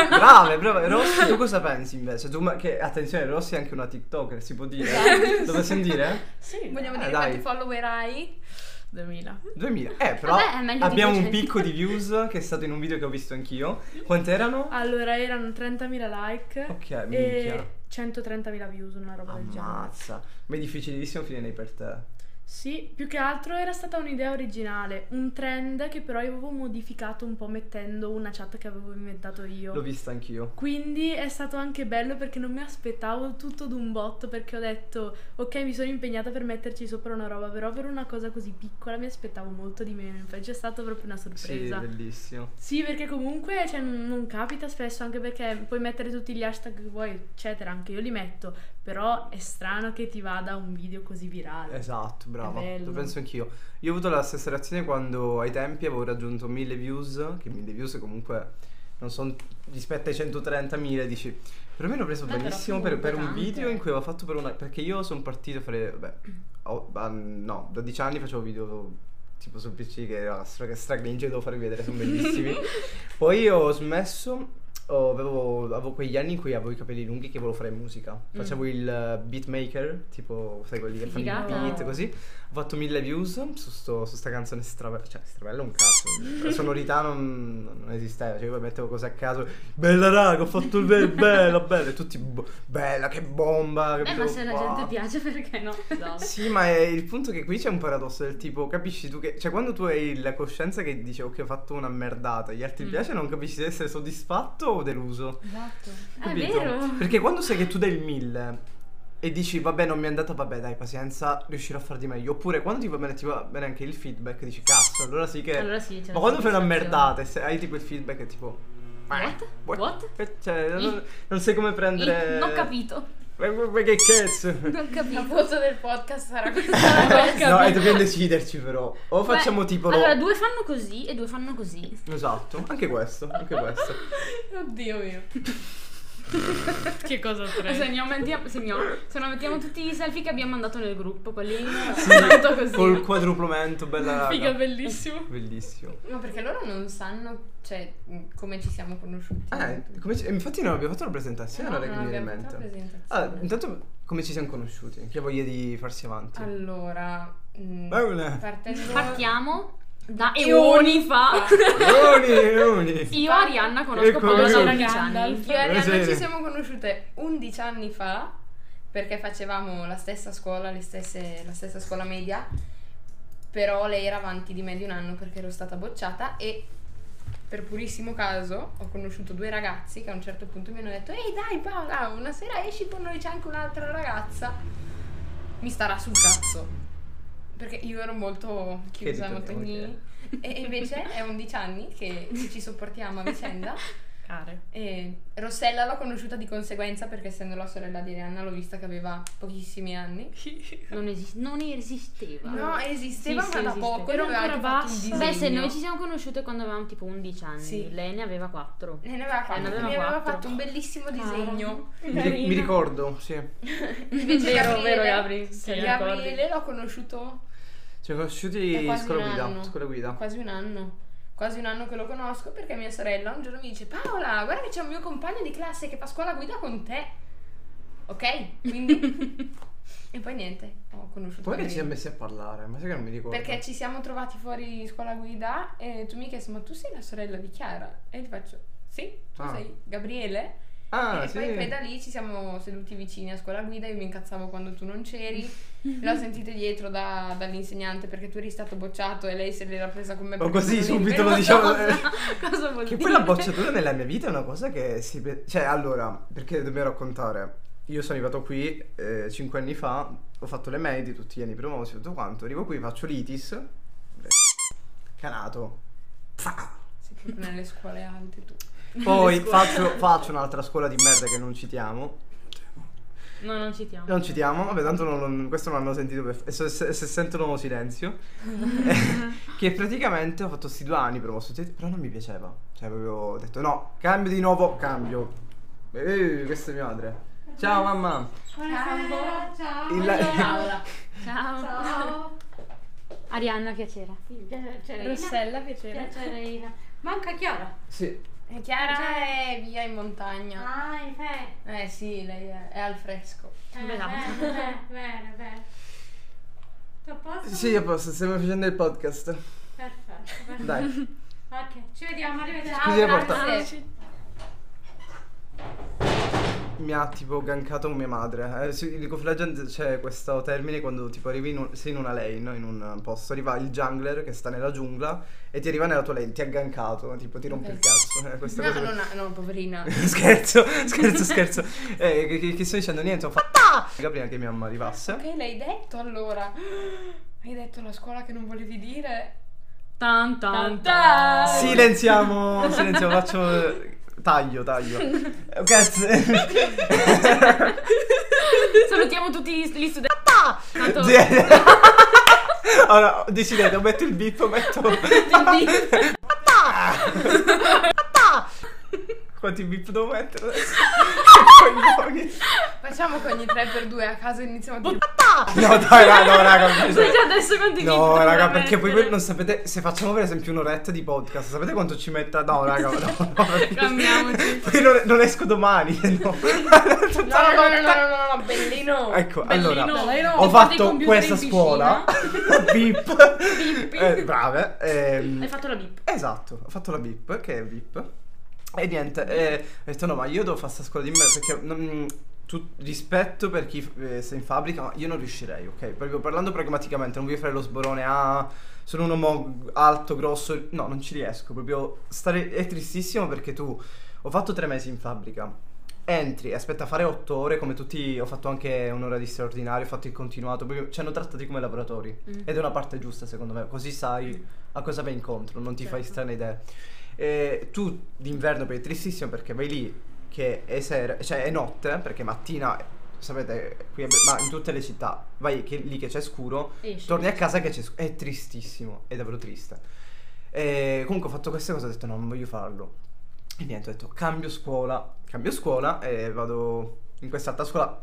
[SPEAKER 3] brave, brave. Rossi, tu cosa pensi invece? Tu, ma che, attenzione, Rossi è anche una TikToker, si può dire?
[SPEAKER 4] Esatto.
[SPEAKER 3] Lo vuoi sentire?
[SPEAKER 6] Sì,
[SPEAKER 5] Vogliamo
[SPEAKER 3] Eh,
[SPEAKER 5] dire
[SPEAKER 3] dai.
[SPEAKER 5] quanti follower hai?
[SPEAKER 6] 2000.
[SPEAKER 3] 2000. Eh, però
[SPEAKER 4] Vabbè, è meglio di
[SPEAKER 3] abbiamo un
[SPEAKER 4] 200.
[SPEAKER 3] picco di views che è stato in un video che ho visto anch'io. Quante erano?
[SPEAKER 4] Ah,
[SPEAKER 6] Allora erano 30.000 like
[SPEAKER 3] Ok, minchia.
[SPEAKER 6] e 130.000 views, una roba del genere.
[SPEAKER 3] Ammazza. Ma è difficilissimo finire per te.
[SPEAKER 6] Sì, più che altro era stata un'idea originale, un trend che però io avevo modificato un po' mettendo una chat che avevo inventato io.
[SPEAKER 3] L'ho vista anch'io.
[SPEAKER 6] Quindi è stato anche bello perché non mi aspettavo tutto d'un botto perché ho detto ok mi sono impegnata per metterci sopra una roba però per una cosa così piccola mi aspettavo molto di meno infatti è stata proprio una
[SPEAKER 3] Sì,
[SPEAKER 6] sorpresa. Sì,
[SPEAKER 3] bellissimo.
[SPEAKER 6] perché comunque cioè, non non capita spesso anche perché puoi mettere tutti gli hashtag che vuoi eccetera anche io li metto però è strano che ti vada un video così virale.
[SPEAKER 3] Esatto, brava. Lo
[SPEAKER 6] bello.
[SPEAKER 3] penso anch'io. Io ho avuto la stessa reazione quando ai tempi avevo raggiunto 1000 views, che 1000 views comunque non sono rispetto ai 130.000, dici. Per me l'ho preso
[SPEAKER 4] Beh, però
[SPEAKER 3] benissimo per, per un
[SPEAKER 4] comunque
[SPEAKER 3] video
[SPEAKER 4] tanto.
[SPEAKER 3] in cui avevo fatto per una... Perché io sono partito a fare... Beh, ho- ah, no, 12 anni facevo video tipo sul PC che era stra, stra cringe, devo farvi vedere, sono bellissimi. Poi ho smesso... ho- avevo, avevo quegli anni in cui avevo i capelli lunghi che volevo fare musica.
[SPEAKER 4] Mm.
[SPEAKER 3] Facevo il eh, beatmaker, tipo, sai, quelli che fanno il
[SPEAKER 4] Figata.
[SPEAKER 3] beat, così. Ho fatto mille views su, sto- su sta canzone strabella, cioè strabella è un cazzo, la sonorità non, non esisteva, cioè io mettevo cose a caso, bella raga, ho fatto il be- bella, bella, e tutti, "Bo- bella, che bomba,
[SPEAKER 4] Eh,
[SPEAKER 3] capito?
[SPEAKER 4] ma se la
[SPEAKER 3] Wow.
[SPEAKER 4] gente piace, perché no? Esatto.
[SPEAKER 3] Sì, ma è- il punto è che qui c'è un paradosso del tipo, capisci tu che, cioè quando tu hai la coscienza che dici ok ho fatto una merdata, gli altri
[SPEAKER 4] Mm.
[SPEAKER 3] piace, non capisci se essere soddisfatto o deluso.
[SPEAKER 5] Esatto.
[SPEAKER 4] È
[SPEAKER 3] Capito?
[SPEAKER 4] vero.
[SPEAKER 3] Perché quando sai che tu dai il 1000 e dici vabbè non mi è andata, vabbè dai pazienza, riuscirò a far di meglio. Oppure quando ti va bene, ti va bene anche il feedback, dici cazzo, allora sì che...
[SPEAKER 4] Allora sì, c'è
[SPEAKER 3] Ma
[SPEAKER 4] la
[SPEAKER 3] quando fai una
[SPEAKER 4] soddisfazione.
[SPEAKER 3] merdata e se hai tipo il feedback è tipo...
[SPEAKER 4] What?
[SPEAKER 3] What?
[SPEAKER 4] What?
[SPEAKER 3] Eh, Cioè,
[SPEAKER 4] Ih.
[SPEAKER 3] non, non sai come prendere...
[SPEAKER 4] Ih, Non ho capito.
[SPEAKER 3] Ma, ma- ma che cazzo?
[SPEAKER 4] Non
[SPEAKER 5] La
[SPEAKER 4] capito.
[SPEAKER 5] foto del podcast sarà questa.
[SPEAKER 3] no, e dobbiamo deciderci però. O
[SPEAKER 4] Beh,
[SPEAKER 3] facciamo tipo... no-
[SPEAKER 4] Allora, due fanno così e due fanno così.
[SPEAKER 3] Esatto, anche questo, anche questo.
[SPEAKER 5] Oddio mio.
[SPEAKER 6] Che cosa
[SPEAKER 4] Se, ne mettiamo, se, ne- se non mettiamo tutti i selfie che abbiamo mandato nel gruppo, quelli
[SPEAKER 3] Sì,
[SPEAKER 4] tanto così.
[SPEAKER 3] Col quadruplamento, bella raga.
[SPEAKER 6] Figa bellissimo.
[SPEAKER 3] Bellissimo.
[SPEAKER 5] Ma perché loro non sanno, cioè, mh, come ci siamo conosciuti.
[SPEAKER 3] Eh, come ci- infatti non abbiamo fatto la presentazione,
[SPEAKER 5] No,
[SPEAKER 3] raga,
[SPEAKER 5] non
[SPEAKER 3] mi viene in
[SPEAKER 5] abbiamo fatto
[SPEAKER 3] mente.
[SPEAKER 5] la presentazione.
[SPEAKER 3] Ah, intanto come ci siamo conosciuti? Che voglia di farsi avanti?
[SPEAKER 5] Allora, mh,
[SPEAKER 3] Bene.
[SPEAKER 5] partendo
[SPEAKER 4] Partiamo da
[SPEAKER 5] Eoni
[SPEAKER 4] eoni fa.
[SPEAKER 3] Leoni, leoni.
[SPEAKER 4] Io Arianna conosco
[SPEAKER 3] Ecco,
[SPEAKER 4] quando
[SPEAKER 3] io-
[SPEAKER 4] avevo 11
[SPEAKER 5] Gandalf.
[SPEAKER 4] anni.
[SPEAKER 5] Io e Arianna
[SPEAKER 3] Buonasera.
[SPEAKER 5] ci siamo conosciute 11 anni fa perché facevamo la stessa scuola, le stesse- la stessa scuola media, però lei era avanti di me di un anno perché ero stata bocciata e per purissimo caso ho conosciuto due ragazzi che a un certo punto mi hanno detto ehi dai Paola, una sera esci con noi c'è anche un'altra ragazza, mi starà sul cazzo. Perché io ero molto chiusa, molto
[SPEAKER 3] ritorniamo,
[SPEAKER 5] gni. E invece è 11 anni che ci sopportiamo a vicenda.
[SPEAKER 6] attaccare.
[SPEAKER 5] E Rossella l'ho conosciuta di conseguenza perché essendo la sorella di Rihanna l'ho vista che aveva pochissimi anni.
[SPEAKER 4] Non, esist- non esisteva.
[SPEAKER 5] No, esisteva
[SPEAKER 4] Sì,
[SPEAKER 5] ma
[SPEAKER 4] sì,
[SPEAKER 5] da
[SPEAKER 4] esisteva.
[SPEAKER 5] poco.
[SPEAKER 6] Era
[SPEAKER 5] aveva
[SPEAKER 6] ancora
[SPEAKER 5] anche fatto un
[SPEAKER 6] bassa.
[SPEAKER 4] Beh, se
[SPEAKER 5] disegno.
[SPEAKER 4] noi ci siamo conosciute quando avevamo tipo 11 anni,
[SPEAKER 5] Sì.
[SPEAKER 4] lei ne aveva 4.
[SPEAKER 5] Ne aveva fatto,
[SPEAKER 4] ne aveva
[SPEAKER 5] mi aveva
[SPEAKER 4] quattro.
[SPEAKER 5] fatto un bellissimo disegno.
[SPEAKER 3] Mi, ri- mi ricordo, sì.
[SPEAKER 5] Invece
[SPEAKER 4] vero,
[SPEAKER 5] Gabriele-
[SPEAKER 4] vero, Gabri. Sì, ricordi.
[SPEAKER 5] Gabriele l'ho conosciuto
[SPEAKER 3] Ci siamo
[SPEAKER 5] Da
[SPEAKER 3] conosciuti
[SPEAKER 5] quasi
[SPEAKER 3] scuola
[SPEAKER 5] un
[SPEAKER 3] guida,
[SPEAKER 5] anno.
[SPEAKER 3] scuola guida.
[SPEAKER 5] quasi un anno. Quasi un anno che lo conosco perché mia sorella un giorno mi dice Paola, guarda che c'è un mio compagno di classe che fa scuola guida con te. Ok? Quindi... e poi niente, ho conosciuto
[SPEAKER 3] Poi che ci
[SPEAKER 5] Gabriele.
[SPEAKER 3] siamo messi a parlare, ma sai che non mi ricordo.
[SPEAKER 5] Perché ci siamo trovati fuori scuola guida e tu mi hai chiesto, ma tu sei la sorella di Chiara? E io ti faccio, sì, tu
[SPEAKER 3] Ah.
[SPEAKER 5] sei Gabriele.
[SPEAKER 3] Ah,
[SPEAKER 5] e
[SPEAKER 3] sì.
[SPEAKER 5] poi, poi da lì ci siamo seduti vicini a scuola guida, io mi incazzavo quando tu non c'eri, l'ho sentita dietro da- dall'insegnante perché tu eri stato bocciato e lei se l'era presa con me.
[SPEAKER 3] Ma
[SPEAKER 5] perché
[SPEAKER 3] così
[SPEAKER 5] non eri
[SPEAKER 3] subito lo
[SPEAKER 5] venuto.
[SPEAKER 3] diciamo.
[SPEAKER 4] Cosa vuol
[SPEAKER 3] Che
[SPEAKER 4] dire?
[SPEAKER 3] poi la bocciatura nella mia vita è una cosa che si. pe- Cioè, allora, perché dobbiamo raccontare? Io sono arrivato qui 5 anni fa, ho fatto le medie, tutti gli anni promossi, tutto quanto. Arrivo qui, faccio l'ITIS. Canato. Fa.
[SPEAKER 5] Sì, proprio nelle scuole alte tu.
[SPEAKER 3] Poi faccio, faccio un'altra scuola di merda che non citiamo.
[SPEAKER 4] No, non citiamo.
[SPEAKER 3] Non citiamo, vabbè, tanto non- questo non l'hanno sentito per- e se, se- se sentono silenzio. Eh, che praticamente ho fatto sti due anni promosso, però non mi piaceva. Cioè, proprio ho detto no, cambio di nuovo, cambio. Eh, questa è mia madre. Ciao mamma. Ciao.
[SPEAKER 4] Paola. Ciao. Arianna, piacere.
[SPEAKER 6] Rossella, piacere.
[SPEAKER 7] Manca Chiara.
[SPEAKER 3] sì.
[SPEAKER 5] E Eh, Chiara è via in montagna.
[SPEAKER 7] Ah, infatti.
[SPEAKER 5] Eh sì, lei è, è al fresco.
[SPEAKER 7] Eh,
[SPEAKER 4] Brava.
[SPEAKER 7] Bene, bene, bene. Tutto a posto?
[SPEAKER 3] Sì, a posto, stiamo facendo il podcast.
[SPEAKER 7] Perfetto, perfetto.
[SPEAKER 3] Dai.
[SPEAKER 7] Ok, ci vediamo, arrivederci.
[SPEAKER 3] Scusi la porta.
[SPEAKER 5] grazie.
[SPEAKER 3] Mi ha tipo gankato mia madre. Eh, sì, il cofragente c'è questo termine quando tipo arrivi in un- sei in una lane, in un posto, arriva il jungler che sta nella giungla e ti arriva nella tua lane, ti ha gankato, tipo ti rompe il cazzo. Eh, questa
[SPEAKER 5] No,
[SPEAKER 3] cosa
[SPEAKER 5] non ha- no, poverina.
[SPEAKER 3] scherzo, scherzo, scherzo. Eh, che, che- che sto dicendo niente, ho fatto. Ah! Prima che mia mamma arrivasse.
[SPEAKER 5] Ok, l'hai detto allora. Hai detto la scuola che non volevi dire?
[SPEAKER 4] Tan
[SPEAKER 5] Tan,
[SPEAKER 4] tan tan.
[SPEAKER 5] tan.
[SPEAKER 3] Silenziamo, silenziamo, faccio. Taglio, taglio. Eh, Cazzo.
[SPEAKER 4] Salutiamo tutti gli, gli studenti. Tanto-
[SPEAKER 3] Zia- Allora, decidete, o metto il bip, o metto. Quanti bip devo mettere adesso? Coglioni.
[SPEAKER 5] Facciamo che ogni 3x2 a caso iniziamo a dire.
[SPEAKER 3] No, dai, raga, no, raga. ho bisogno.
[SPEAKER 4] Sai già adesso quanti
[SPEAKER 3] No,
[SPEAKER 4] bip
[SPEAKER 3] raga,
[SPEAKER 4] dovrà
[SPEAKER 3] perché poi
[SPEAKER 4] mettere?
[SPEAKER 3] voi non sapete. Se facciamo per esempio un'oretta di podcast, sapete quanto ci metta? No, raga, no, no, perché-
[SPEAKER 4] Cambiamoci.
[SPEAKER 3] Poi non, non esco domani. eh, No.
[SPEAKER 5] No, no, no, no, no, no, no, no, bellino.
[SPEAKER 3] Ecco,
[SPEAKER 4] Bellino.
[SPEAKER 3] allora.
[SPEAKER 4] Dai, no.
[SPEAKER 3] Ho
[SPEAKER 6] Ho fatto i
[SPEAKER 3] fatto
[SPEAKER 6] computer
[SPEAKER 3] questa
[SPEAKER 6] in piscina.
[SPEAKER 3] scuola. Bip. Eh, brave.
[SPEAKER 4] Hai
[SPEAKER 3] ehm,
[SPEAKER 4] fatto la bip.
[SPEAKER 3] esatto, ho fatto la bip, che è bip. E niente, eh, ho detto no, ma io devo fare sta scuola di me perché non- tu- rispetto per chi eh, sta in fabbrica, ma io non riuscirei, ok? Proprio parlando pragmaticamente, non voglio fare lo sborone a sono un uomo alto, grosso, no, non ci riesco, proprio stare è tristissimo perché tu ho fatto tre mesi in fabbrica. Entri, aspetta a fare otto ore come tutti, ho fatto anche un'ora di straordinario, ho fatto il continuato, proprio ci hanno trattati come lavoratori ed è una parte giusta secondo me, così sai a cosa vai incontro, non ti fai strane idee. E tu d'inverno poi è tristissimo perché vai lì che è sera, cioè è notte, perché mattina, sapete, qui a Be- ma in tutte le città, vai che- lì che c'è scuro,
[SPEAKER 4] Esci.
[SPEAKER 3] torni a casa che c'è scu- è tristissimo, è davvero triste. E comunque ho fatto queste cose, ho detto no, non voglio farlo. E niente, ho detto cambio scuola, cambio scuola e vado in quest'altra scuola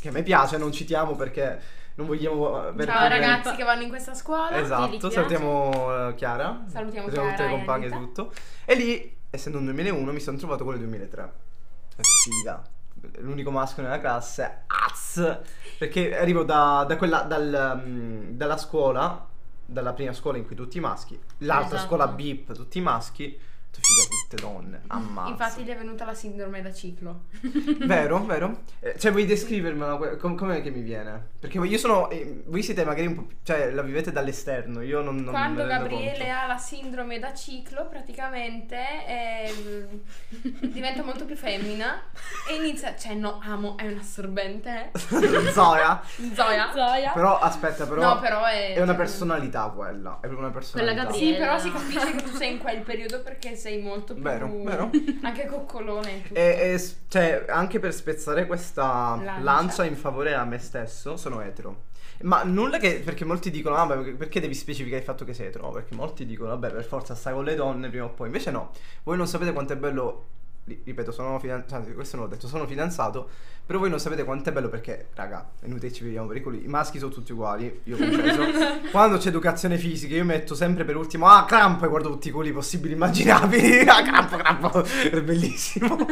[SPEAKER 3] che a me piace, non citiamo perché non vogliamo eh, avere
[SPEAKER 5] Ciao
[SPEAKER 3] problemi.
[SPEAKER 5] ragazzi che vanno in questa scuola.
[SPEAKER 4] Ti
[SPEAKER 3] Esatto,
[SPEAKER 4] piace?
[SPEAKER 3] salutiamo eh, Chiara.
[SPEAKER 5] Salutiamo
[SPEAKER 3] tutte le
[SPEAKER 5] Chiara e
[SPEAKER 3] compagne e
[SPEAKER 5] Anita.
[SPEAKER 3] tutto. E lì, essendo un 2001, mi sono trovato con le 2003. Ho detto, Figa. L'unico maschio nella classe. Az! Perché arrivo da, da quella, dal, mm, dalla scuola, dalla prima scuola in cui tutti i maschi, l'altra
[SPEAKER 4] Esatto.
[SPEAKER 3] scuola bip, tutti i maschi. Ho detto, Figa, tutte donne. Ammazza.
[SPEAKER 5] Infatti gli è venuta la sindrome da ciclo.
[SPEAKER 3] Vero, vero. Eh, cioè, vuoi descrivermela? que- com- com'è che mi viene? Perché io sono. eh, voi siete magari un po'. più- cioè, la vivete dall'esterno. Io non. non
[SPEAKER 5] Quando
[SPEAKER 3] me ne rendo
[SPEAKER 5] Gabriele
[SPEAKER 3] conto.
[SPEAKER 5] ha la sindrome da ciclo, praticamente ehm, diventa molto più femmina e inizia. Cioè, no, amo, è un assorbente. eh.
[SPEAKER 3] Zoya.
[SPEAKER 5] Zoia.
[SPEAKER 6] Zoya.
[SPEAKER 3] eh. Però aspetta, però.
[SPEAKER 5] no, però è.
[SPEAKER 3] È una personalità quella. È proprio una personalità.
[SPEAKER 4] Gabriele.
[SPEAKER 5] Sì, però si capisce che tu sei in quel periodo perché sei molto più
[SPEAKER 3] Vero,
[SPEAKER 5] Uh,
[SPEAKER 3] vero.
[SPEAKER 5] Anche coccolone. tutto.
[SPEAKER 3] E, e s- cioè, anche per spezzare questa
[SPEAKER 5] Lancia.
[SPEAKER 3] lancia. in favore a me stesso, sono etero. Ma nulla che. Perché molti dicono: ah, beh, perché devi specificare il fatto che sei etero? No, perché molti dicono: vabbè, per forza stai con le donne prima o poi. Invece no, voi non sapete quanto è bello. ri- Ripeto, sono fidanzato. Anzi, questo non l'ho detto, sono fidanzato. Però voi non sapete quanto è bello perché, raga, è inutile che ci vediamo per i culi. I maschi sono tutti uguali, io compreso. Quando c'è educazione fisica, io metto sempre per ultimo, ah, crampo, e guardo tutti i culi possibili e immaginabili. Ah, crampo, crampo, è bellissimo.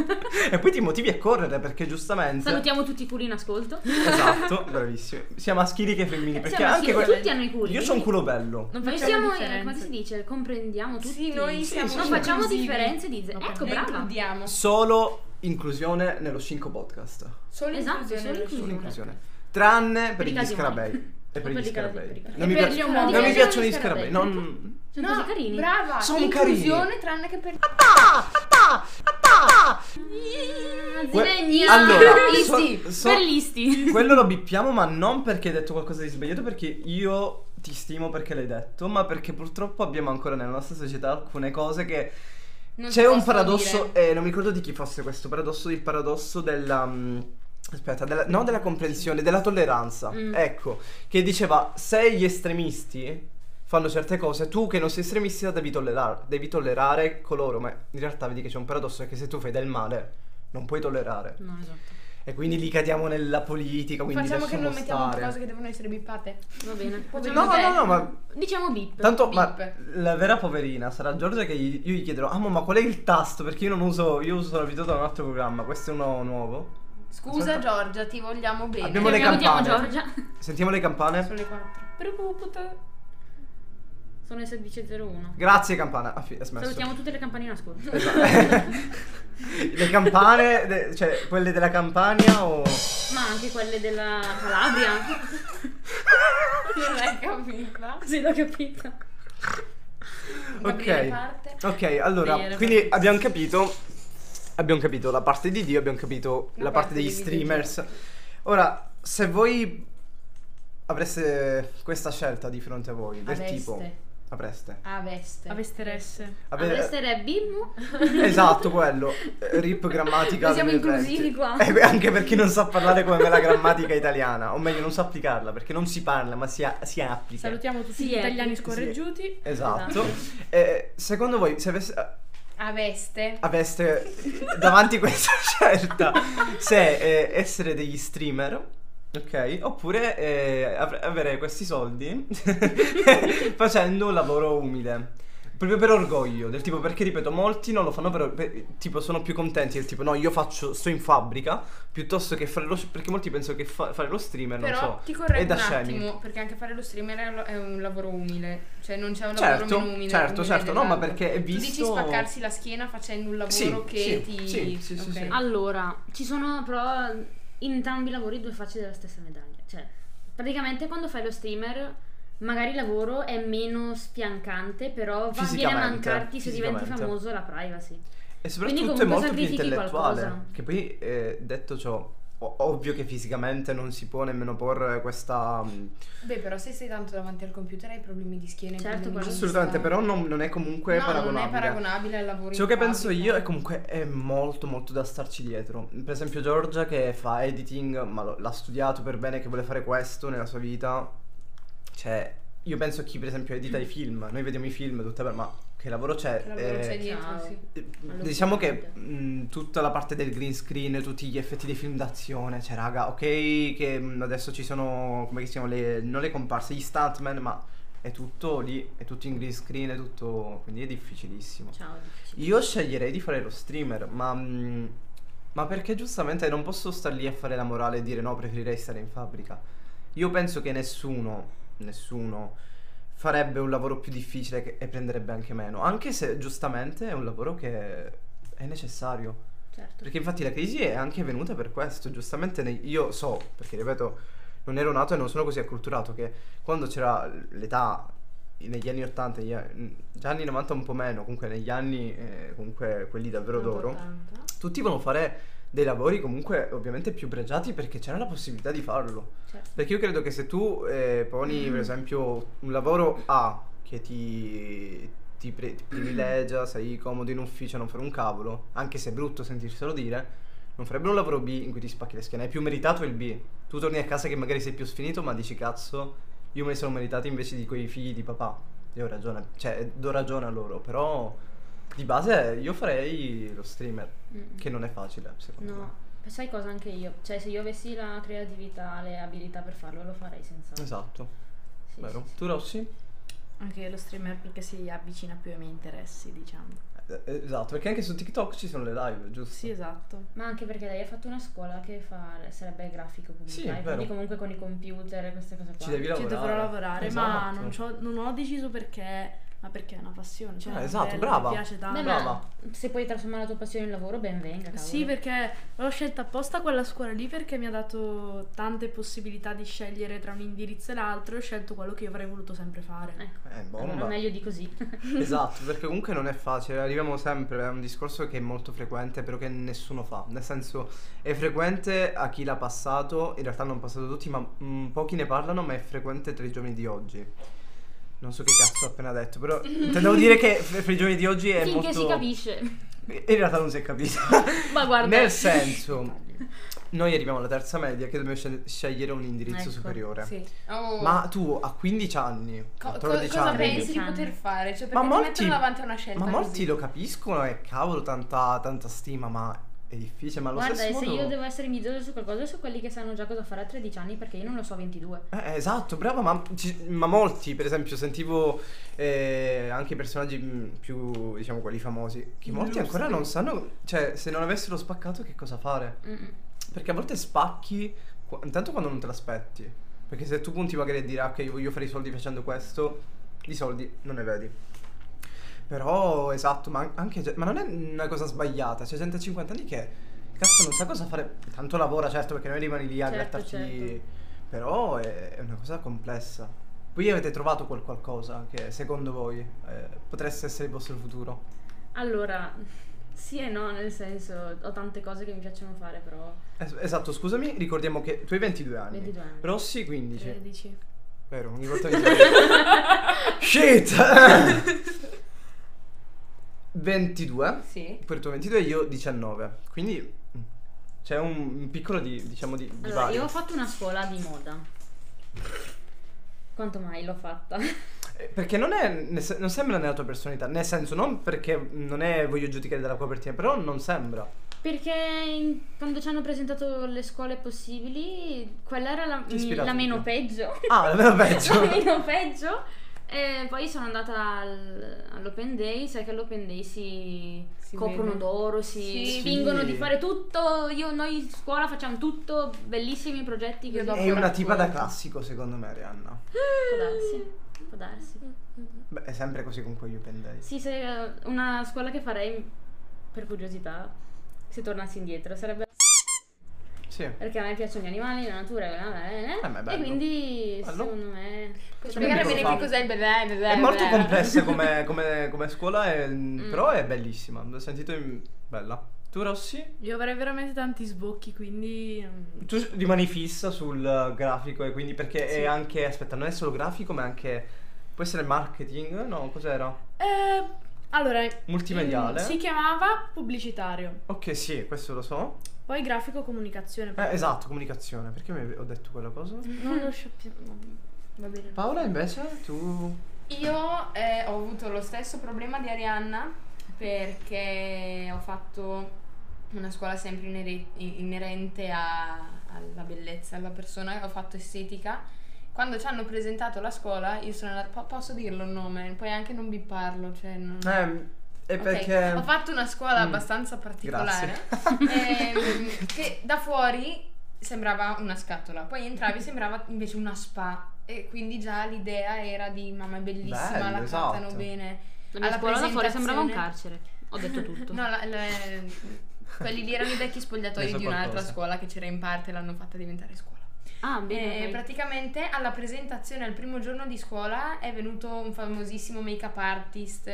[SPEAKER 3] e poi ti motivi a correre perché giustamente...
[SPEAKER 4] Salutiamo tutti i culi in ascolto.
[SPEAKER 3] Esatto, bravissimi. Sia maschili che femmini. Perché
[SPEAKER 4] Siamo
[SPEAKER 3] anche
[SPEAKER 4] sì,
[SPEAKER 3] que-
[SPEAKER 4] tutti hanno i culi.
[SPEAKER 3] Io
[SPEAKER 4] quindi
[SPEAKER 3] ho un culo bello.
[SPEAKER 6] Non
[SPEAKER 4] Noi
[SPEAKER 6] facciamo
[SPEAKER 4] siamo, eh,
[SPEAKER 6] differenze.
[SPEAKER 4] come si dice, comprendiamo tutti.
[SPEAKER 5] Sì, noi siamo
[SPEAKER 4] non facciamo
[SPEAKER 5] inclusivi.
[SPEAKER 4] differenze di...
[SPEAKER 6] No,
[SPEAKER 4] ecco,
[SPEAKER 5] Noi
[SPEAKER 4] brava.
[SPEAKER 5] includiamo.
[SPEAKER 3] Solo inclusione nello 5 podcast.
[SPEAKER 5] Solo
[SPEAKER 4] Esatto,
[SPEAKER 5] inclusione.
[SPEAKER 4] solo
[SPEAKER 5] dello
[SPEAKER 3] Solo
[SPEAKER 4] Inclusione.
[SPEAKER 3] inclusione. Tranne esatto. per,
[SPEAKER 4] Per i
[SPEAKER 3] gli
[SPEAKER 4] casi umani.
[SPEAKER 3] scarabei. E per
[SPEAKER 4] per
[SPEAKER 3] gli
[SPEAKER 4] i casi-
[SPEAKER 3] scarabei.
[SPEAKER 4] per i-
[SPEAKER 3] Non
[SPEAKER 5] e
[SPEAKER 3] mi,
[SPEAKER 5] per
[SPEAKER 3] piac-
[SPEAKER 5] gli
[SPEAKER 3] non mi
[SPEAKER 5] omosessuali. Non mi
[SPEAKER 3] piacciono gli
[SPEAKER 4] piacciono gli
[SPEAKER 3] scarabei. Non...
[SPEAKER 4] Sono
[SPEAKER 5] No,
[SPEAKER 4] così carini.
[SPEAKER 5] brava.
[SPEAKER 3] Sono
[SPEAKER 5] inclusione
[SPEAKER 3] carini.
[SPEAKER 5] tranne che per
[SPEAKER 4] Zinegna.
[SPEAKER 3] Allora,
[SPEAKER 4] listi.
[SPEAKER 3] so- so-
[SPEAKER 4] Per listi.
[SPEAKER 3] Quello lo bippiamo, ma non perché hai detto qualcosa di sbagliato, perché io ti stimo perché l'hai detto, ma perché purtroppo abbiamo ancora nella nostra società alcune cose che.
[SPEAKER 5] Non si
[SPEAKER 3] C'è un
[SPEAKER 5] possono
[SPEAKER 3] paradosso, eh, non mi ricordo di chi fosse questo paradosso, il paradosso della. mm, Aspetta, della, non della comprensione, della tolleranza.
[SPEAKER 4] Mm.
[SPEAKER 3] Ecco, che diceva: se gli estremisti fanno certe cose, tu che non sei estremista devi tollerare, devi tollerare coloro. Ma in realtà vedi che c'è un paradosso: è che se tu fai del male, non puoi tollerare.
[SPEAKER 4] No, esatto.
[SPEAKER 3] E quindi lì cadiamo nella politica. Quindi
[SPEAKER 5] Facciamo che
[SPEAKER 3] lasciamo
[SPEAKER 5] non mettiamo
[SPEAKER 3] stare.
[SPEAKER 5] cose che devono essere bippate.
[SPEAKER 4] Va bene.
[SPEAKER 5] Povero
[SPEAKER 3] No,
[SPEAKER 4] Facciamo-
[SPEAKER 3] no,
[SPEAKER 5] Giuseppe.
[SPEAKER 3] no, ma
[SPEAKER 4] Diciamo bip.
[SPEAKER 3] tanto ma
[SPEAKER 5] Beep.
[SPEAKER 3] la vera poverina sarà Giorgia che gli- io gli chiederò: Ah, mo, ma qual è il tasto? Perché io non uso, io sono abituato a un altro programma. Questo è uno nuovo.
[SPEAKER 5] Scusa
[SPEAKER 3] Ascolta.
[SPEAKER 5] Giorgia, ti vogliamo bene.
[SPEAKER 3] Abbiamo le
[SPEAKER 4] Salutiamo
[SPEAKER 3] campane.
[SPEAKER 4] Giorgia.
[SPEAKER 3] Sentiamo le
[SPEAKER 5] Sono
[SPEAKER 3] campane.
[SPEAKER 5] le 4.
[SPEAKER 4] Sono le 16.01.
[SPEAKER 3] Grazie, campana. Ah, fi- ha smesso.
[SPEAKER 4] Salutiamo tutte le campanine in ascolto.
[SPEAKER 3] Esatto. Le campane, de- cioè quelle della Campania o.
[SPEAKER 4] Ma anche quelle della Calabria.
[SPEAKER 5] Non l'hai capita.
[SPEAKER 4] Sì, l'ho capita.
[SPEAKER 5] Gabriele parte.
[SPEAKER 3] Ok, allora,
[SPEAKER 4] Bene,
[SPEAKER 3] quindi abbiamo capito. Abbiamo capito la parte di Dio, abbiamo capito la,
[SPEAKER 5] La
[SPEAKER 3] parte,
[SPEAKER 5] parte
[SPEAKER 3] degli
[SPEAKER 5] di
[SPEAKER 3] streamers. Ora, se voi avreste questa scelta di fronte a voi, del
[SPEAKER 5] Aveste.
[SPEAKER 3] tipo. Avreste.
[SPEAKER 5] A veste.
[SPEAKER 6] Avesteresse.
[SPEAKER 3] Ave-
[SPEAKER 4] Avessere Bimmo.
[SPEAKER 3] eh, Esatto, quello. Eh, Rip grammatica.
[SPEAKER 4] Noi siamo
[SPEAKER 3] 2020.
[SPEAKER 4] inclusivi qua.
[SPEAKER 3] Eh, beh, anche per chi non sa parlare come me la grammatica italiana. O meglio, non sa applicarla, perché non si parla, ma si, a- si applica.
[SPEAKER 6] Salutiamo tutti
[SPEAKER 4] Sì,
[SPEAKER 6] gli
[SPEAKER 4] eh.
[SPEAKER 6] italiani scorreggiuti.
[SPEAKER 3] Esatto. Eh, secondo voi, se avesse-
[SPEAKER 5] A veste.
[SPEAKER 3] Ah, aveste davanti questa scelta, se eh, essere degli streamer, ok, oppure eh, av- avere questi soldi facendo un lavoro umile. Proprio per orgoglio, del tipo perché ripeto, molti non lo fanno per, per- tipo sono più contenti del tipo no, io faccio sto in fabbrica piuttosto che fare lo perché molti pensano che fa- fare lo streamer,
[SPEAKER 5] Però
[SPEAKER 3] non so,
[SPEAKER 5] ti correggo
[SPEAKER 3] da
[SPEAKER 5] un
[SPEAKER 3] scemi.
[SPEAKER 5] attimo, perché anche fare lo streamer è lo- è un lavoro umile. Cioè non c'è un lavoro
[SPEAKER 3] Certo,
[SPEAKER 5] meno umile.
[SPEAKER 3] certo,
[SPEAKER 5] umile
[SPEAKER 3] certo, no, ma
[SPEAKER 5] dell'altro.
[SPEAKER 3] perché è
[SPEAKER 5] Tu dici
[SPEAKER 3] visto-
[SPEAKER 5] spaccarsi la schiena facendo un lavoro
[SPEAKER 3] Sì,
[SPEAKER 5] che
[SPEAKER 3] sì,
[SPEAKER 5] ti...
[SPEAKER 3] sì, sì, sì,
[SPEAKER 5] ok.
[SPEAKER 3] sì.
[SPEAKER 4] Allora, ci sono però in entrambi i lavori due facce della stessa medaglia. Cioè, praticamente quando fai lo streamer, magari il lavoro è meno spiancante, però va, viene a
[SPEAKER 3] Fisicamente,
[SPEAKER 4] mancarti se diventi
[SPEAKER 3] fisicamente.
[SPEAKER 4] famoso la privacy.
[SPEAKER 3] E soprattutto è
[SPEAKER 4] comunque
[SPEAKER 3] molto più
[SPEAKER 4] sacrifichi
[SPEAKER 3] intellettuale.
[SPEAKER 4] qualcosa.
[SPEAKER 3] Che poi, eh, detto ciò, o- ovvio che fisicamente non si può nemmeno porre questa. mm,
[SPEAKER 5] Beh, però se sei tanto davanti al computer hai problemi di schiena. e
[SPEAKER 4] Certo,
[SPEAKER 5] problemi
[SPEAKER 4] quello
[SPEAKER 5] di
[SPEAKER 3] Assolutamente,
[SPEAKER 5] vista.
[SPEAKER 3] però non, non è comunque
[SPEAKER 5] no,
[SPEAKER 3] paragonabile.
[SPEAKER 5] non è paragonabile al lavoro
[SPEAKER 3] Ciò
[SPEAKER 5] in
[SPEAKER 3] che penso
[SPEAKER 5] fabbrica.
[SPEAKER 3] io è comunque è molto molto da starci dietro. Per esempio Giorgia che fa editing, ma lo- l'ha studiato per bene che vuole fare questo nella sua vita. Cioè, io penso a chi per esempio edita i film, noi vediamo i film tutte per ma che lavoro c'è?
[SPEAKER 5] Che lavoro
[SPEAKER 3] Eh,
[SPEAKER 5] c'è dietro,
[SPEAKER 4] ciao.
[SPEAKER 5] sì.
[SPEAKER 3] Eh,
[SPEAKER 4] Allora,
[SPEAKER 3] Diciamo che
[SPEAKER 4] ovviamente.
[SPEAKER 3] mh, tutta la parte del green screen, tutti gli effetti dei film d'azione, cioè raga, ok che mh, adesso ci sono, come che si chiamano, le, non le comparse, gli stuntman, ma è tutto lì, è tutto in green screen, è tutto, quindi è difficilissimo.
[SPEAKER 4] Ciao. dici.
[SPEAKER 3] Io sceglierei di fare lo streamer, ma, mh, ma perché giustamente non posso star lì a fare la morale e dire no, preferirei stare in fabbrica. Io penso che nessuno, nessuno farebbe un lavoro più difficile che- e prenderebbe anche meno, anche se giustamente è un lavoro che è necessario.
[SPEAKER 4] Certo.
[SPEAKER 3] Perché infatti la crisi è anche venuta per questo, giustamente nei- io so, perché ripeto, non ero nato e non sono così acculturato, che quando c'era l'età, negli anni 80, negli anni- già anni 90 un po' meno, comunque negli anni, eh, comunque quelli davvero d'oro, tutti volevano fare dei lavori comunque ovviamente più pregiati perché c'era la possibilità di farlo.
[SPEAKER 4] Certo.
[SPEAKER 3] Perché io credo che se tu eh, poni per esempio un lavoro A che ti, ti, pre- ti privilegia, sei comodo in ufficio a non fare un cavolo, anche se è brutto sentirselo dire, non farebbero un lavoro B in cui ti spacchi le schiena, è più meritato il B. Tu torni a casa che magari sei più sfinito, ma dici cazzo, io me ne sono meritato invece di quei figli di papà. Io ho ragione, cioè do ragione a loro, però di base io farei lo streamer,
[SPEAKER 4] Mm.
[SPEAKER 3] che non è facile, secondo me.
[SPEAKER 4] No, sai cosa anche io? Cioè, se io avessi la creatività, le abilità per farlo, lo farei senza.
[SPEAKER 3] Esatto,
[SPEAKER 4] Sì,
[SPEAKER 3] vero.
[SPEAKER 4] sì, sì.
[SPEAKER 3] Tu Rossi?
[SPEAKER 6] Anche lo streamer perché si avvicina più ai miei interessi, diciamo.
[SPEAKER 3] Eh, eh, Esatto, perché anche su TikTok ci sono le live, giusto?
[SPEAKER 6] Sì, esatto.
[SPEAKER 4] Ma anche perché lei ha fatto una scuola che fa, sarebbe grafico
[SPEAKER 3] Sì,
[SPEAKER 4] pubblicitario,
[SPEAKER 3] è
[SPEAKER 4] quindi
[SPEAKER 3] vero.
[SPEAKER 4] comunque con i computer e queste cose qua.
[SPEAKER 3] Ci devi
[SPEAKER 6] Ci
[SPEAKER 3] lavorare.
[SPEAKER 6] dovrò lavorare, ma
[SPEAKER 3] Esatto.
[SPEAKER 6] non, c'ho- non ho deciso perché, ma perché è una passione. Cioè,
[SPEAKER 3] Ah,
[SPEAKER 6] è
[SPEAKER 3] esatto,
[SPEAKER 6] bello,
[SPEAKER 3] brava.
[SPEAKER 6] Mi piace tanto.
[SPEAKER 4] Beh,
[SPEAKER 3] Brava.
[SPEAKER 4] ma se puoi trasformare la tua passione in lavoro, ben venga. Cavolo.
[SPEAKER 6] Sì, perché ho scelto apposta quella scuola lì perché mi ha dato tante possibilità di scegliere tra un indirizzo e l'altro e ho scelto quello che io avrei voluto sempre fare.
[SPEAKER 4] Ecco.
[SPEAKER 3] Eh,
[SPEAKER 4] Allora,
[SPEAKER 3] bomba.
[SPEAKER 4] meglio di così.
[SPEAKER 3] Esatto, perché comunque non è facile, arriviamo sempre, è un discorso che è molto frequente, però che nessuno fa, nel senso è frequente a chi l'ha passato, in realtà non passato tutti, ma mm, pochi ne parlano, ma è frequente tra i giovani di oggi. Non so che cazzo ho appena detto, però intendevo dire che fra fra i giovani di oggi è
[SPEAKER 4] Finché
[SPEAKER 3] molto...
[SPEAKER 4] si capisce.
[SPEAKER 3] In realtà non si è capito.
[SPEAKER 4] Ma guarda.
[SPEAKER 3] Nel senso, noi arriviamo alla terza media che dobbiamo scel- scegliere un indirizzo
[SPEAKER 4] Ecco,
[SPEAKER 3] superiore.
[SPEAKER 5] Sì. Oh.
[SPEAKER 3] Ma tu a 15 anni,
[SPEAKER 5] Co- co-
[SPEAKER 3] 14
[SPEAKER 5] cosa
[SPEAKER 3] anni,
[SPEAKER 5] pensi di
[SPEAKER 4] anni.
[SPEAKER 5] poter fare? Cioè, perché
[SPEAKER 3] Ma
[SPEAKER 5] ti
[SPEAKER 3] molti-
[SPEAKER 5] mettono davanti a una scelta.
[SPEAKER 3] Ma molti
[SPEAKER 5] così.
[SPEAKER 3] lo capiscono e cavolo, tanta, tanta stima, ma è difficile. Ma allo
[SPEAKER 4] Guarda, e
[SPEAKER 3] stesso
[SPEAKER 4] se
[SPEAKER 3] modo.
[SPEAKER 4] io devo essere invidiosa su qualcosa, su quelli che sanno già cosa fare a 13 anni, perché io non lo so a 22.
[SPEAKER 3] Eh, esatto, brava, ma, ci- ma molti, per esempio, sentivo eh, anche i personaggi mh, più, diciamo, quelli famosi, che molti ancora non sanno, cioè, se non avessero spaccato che cosa fare.
[SPEAKER 4] Mm-mm.
[SPEAKER 3] Perché a volte spacchi, qu- intanto quando non te l'aspetti. Perché se tu punti magari a dire, "Ah, ok, voglio fare i soldi facendo questo, di soldi non ne vedi. Però, esatto, ma, an- anche, ge- ma non è una cosa sbagliata. C'è gente a 50 anni che, cazzo, non sa cosa fare. Tanto lavora, certo, perché noi rimani lì a
[SPEAKER 4] Certo,
[SPEAKER 3] grattarci.
[SPEAKER 4] certo.
[SPEAKER 3] Però è, è una cosa complessa. Voi avete trovato quel qualcosa che secondo voi eh, potreste essere il vostro futuro?
[SPEAKER 4] Allora, sì e no, nel senso, ho tante cose che mi piacciono fare, però.
[SPEAKER 3] Es- esatto, scusami, ricordiamo che tu hai 22 anni.
[SPEAKER 4] 22 anni.
[SPEAKER 3] Rossi 15.
[SPEAKER 6] 13.
[SPEAKER 3] Vero, ogni volta mi sbaglio. Shit! 22,
[SPEAKER 5] Sì.
[SPEAKER 3] per tuo 22 io 19, quindi mm, c'è un, un piccolo di, diciamo di, di
[SPEAKER 4] Allora,
[SPEAKER 3] vario.
[SPEAKER 4] io ho fatto una scuola di moda. Quanto mai l'ho fatta?
[SPEAKER 3] Eh, Perché non, è, ne se- non sembra nella tua personalità, nel senso non perché non è voglio giudicare dalla copertina, però non sembra.
[SPEAKER 4] Perché in- quando ci hanno presentato le scuole possibili, quella era la,
[SPEAKER 3] Ti
[SPEAKER 4] mi-
[SPEAKER 3] ispirate
[SPEAKER 4] la
[SPEAKER 3] di
[SPEAKER 4] meno
[SPEAKER 3] più.
[SPEAKER 4] peggio.
[SPEAKER 3] Ah, è vero
[SPEAKER 4] la
[SPEAKER 3] peggio.
[SPEAKER 4] meno peggio. E poi sono andata al- all'open day, sai che all'open day si,
[SPEAKER 5] Si
[SPEAKER 4] coprono
[SPEAKER 5] vede.
[SPEAKER 4] d'oro, si
[SPEAKER 5] Sì.
[SPEAKER 4] spingono
[SPEAKER 3] Sì.
[SPEAKER 4] di fare tutto. Io, noi in scuola facciamo tutto, bellissimi progetti così.
[SPEAKER 5] Io dopo-
[SPEAKER 3] È una tipa da classico secondo me, Rihanna.
[SPEAKER 4] Può darsi, può darsi.
[SPEAKER 3] Beh, è sempre così con quegli open day.
[SPEAKER 4] Sì, se eh, una scuola che farei per curiosità, se tornassi indietro, sarebbe
[SPEAKER 3] Sì.
[SPEAKER 4] perché a me piacciono gli animali, la natura, eh, eh,
[SPEAKER 3] Eh, ma è bello.
[SPEAKER 4] e quindi
[SPEAKER 3] Bello.
[SPEAKER 4] secondo me
[SPEAKER 5] Spiegare
[SPEAKER 3] Come
[SPEAKER 5] bene
[SPEAKER 3] fa?
[SPEAKER 5] che cos'è il belen.
[SPEAKER 3] È molto complessa come, come- come scuola, e- mm,
[SPEAKER 5] Mm.
[SPEAKER 3] però è bellissima. L'ho sentito in- bella. Tu, Rossi?
[SPEAKER 6] Io avrei veramente tanti sbocchi, quindi... mm,
[SPEAKER 3] Tu s- rimani fissa sul eh, grafico e quindi perché è anche. Aspetta, non è solo grafico, ma è anche. Può essere marketing? No, cos'era?
[SPEAKER 6] Eh, allora...
[SPEAKER 3] Multimediale.
[SPEAKER 6] mm, Si chiamava pubblicitario,
[SPEAKER 3] Ok, sì, questo lo so.
[SPEAKER 6] poi grafico comunicazione.
[SPEAKER 3] Eh, esatto, comunicazione. Perché mi ho detto quella cosa?
[SPEAKER 6] Non lo so più.
[SPEAKER 5] Va bene.
[SPEAKER 3] Paola, invece, tu.
[SPEAKER 5] Io eh, ho avuto lo stesso problema di Arianna perché ho fatto una scuola sempre inere- inerente a- alla bellezza, alla persona, ho fatto estetica. Quando ci hanno presentato la scuola, io sono andata. po- posso dirlo il nome? Poi anche non vi parlo, cioè non-
[SPEAKER 3] Eh, è
[SPEAKER 5] Ok,
[SPEAKER 3] perché.
[SPEAKER 5] Ho fatto una scuola
[SPEAKER 3] Mm.
[SPEAKER 5] abbastanza particolare. ehm, che da fuori sembrava una scatola, poi entravi sembrava invece una spa. E quindi già l'idea era di mamma è bellissima,
[SPEAKER 3] Bello,
[SPEAKER 5] la trattano
[SPEAKER 3] esatto.
[SPEAKER 5] bene.
[SPEAKER 4] la mia
[SPEAKER 5] alla
[SPEAKER 4] scuola da fuori
[SPEAKER 5] presentazione-
[SPEAKER 4] sembrava un carcere. Ho detto tutto.
[SPEAKER 5] No, la- la- quelli lì erano i vecchi spogliatoi
[SPEAKER 3] Ne so
[SPEAKER 5] di un'altra
[SPEAKER 3] qualcosa.
[SPEAKER 5] scuola che c'era in parte, l'hanno fatta diventare scuola.
[SPEAKER 4] ah,
[SPEAKER 5] Eh,
[SPEAKER 4] bene. ok.
[SPEAKER 5] praticamente alla presentazione al primo giorno di scuola è venuto un famosissimo make-up artist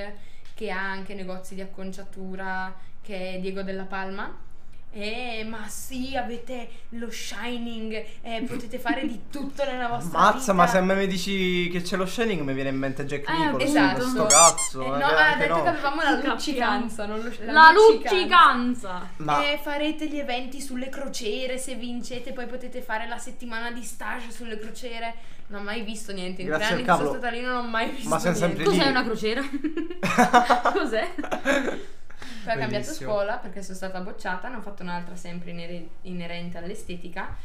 [SPEAKER 5] che ha anche negozi di acconciatura, che è Diego Della Palma. Eh, ma sì, avete lo shining, eh, potete fare di tutto nella vostra
[SPEAKER 3] Mazza,
[SPEAKER 5] vita.
[SPEAKER 3] ma se a me mi dici che c'è lo shining mi viene in mente Jack
[SPEAKER 4] Eh,
[SPEAKER 3] Nicholson,
[SPEAKER 5] esatto.
[SPEAKER 3] sto cazzo.
[SPEAKER 5] Eh,
[SPEAKER 3] eh,
[SPEAKER 5] no,
[SPEAKER 3] che-
[SPEAKER 5] ha
[SPEAKER 3] che
[SPEAKER 5] detto
[SPEAKER 3] no.
[SPEAKER 5] che avevamo la
[SPEAKER 4] Scappiamo.
[SPEAKER 5] luccicanza, non lo-
[SPEAKER 4] La luccicanza!
[SPEAKER 3] Ma
[SPEAKER 5] Eh, farete gli eventi sulle crociere se vincete, poi potete fare la settimana di stage sulle crociere. Non ho mai visto niente. In
[SPEAKER 3] Grazie
[SPEAKER 5] tre
[SPEAKER 3] al
[SPEAKER 5] anni che sono
[SPEAKER 3] cavolo.
[SPEAKER 5] stata lì non ho mai visto
[SPEAKER 3] Ma siamo
[SPEAKER 5] niente.
[SPEAKER 3] sempre lì.
[SPEAKER 4] Cos'è una crociera? Cos'è?
[SPEAKER 5] Poi ho cambiato
[SPEAKER 3] Bellissimo.
[SPEAKER 5] scuola perché sono stata bocciata, ne ho fatto un'altra sempre inere- inerente all'estetica,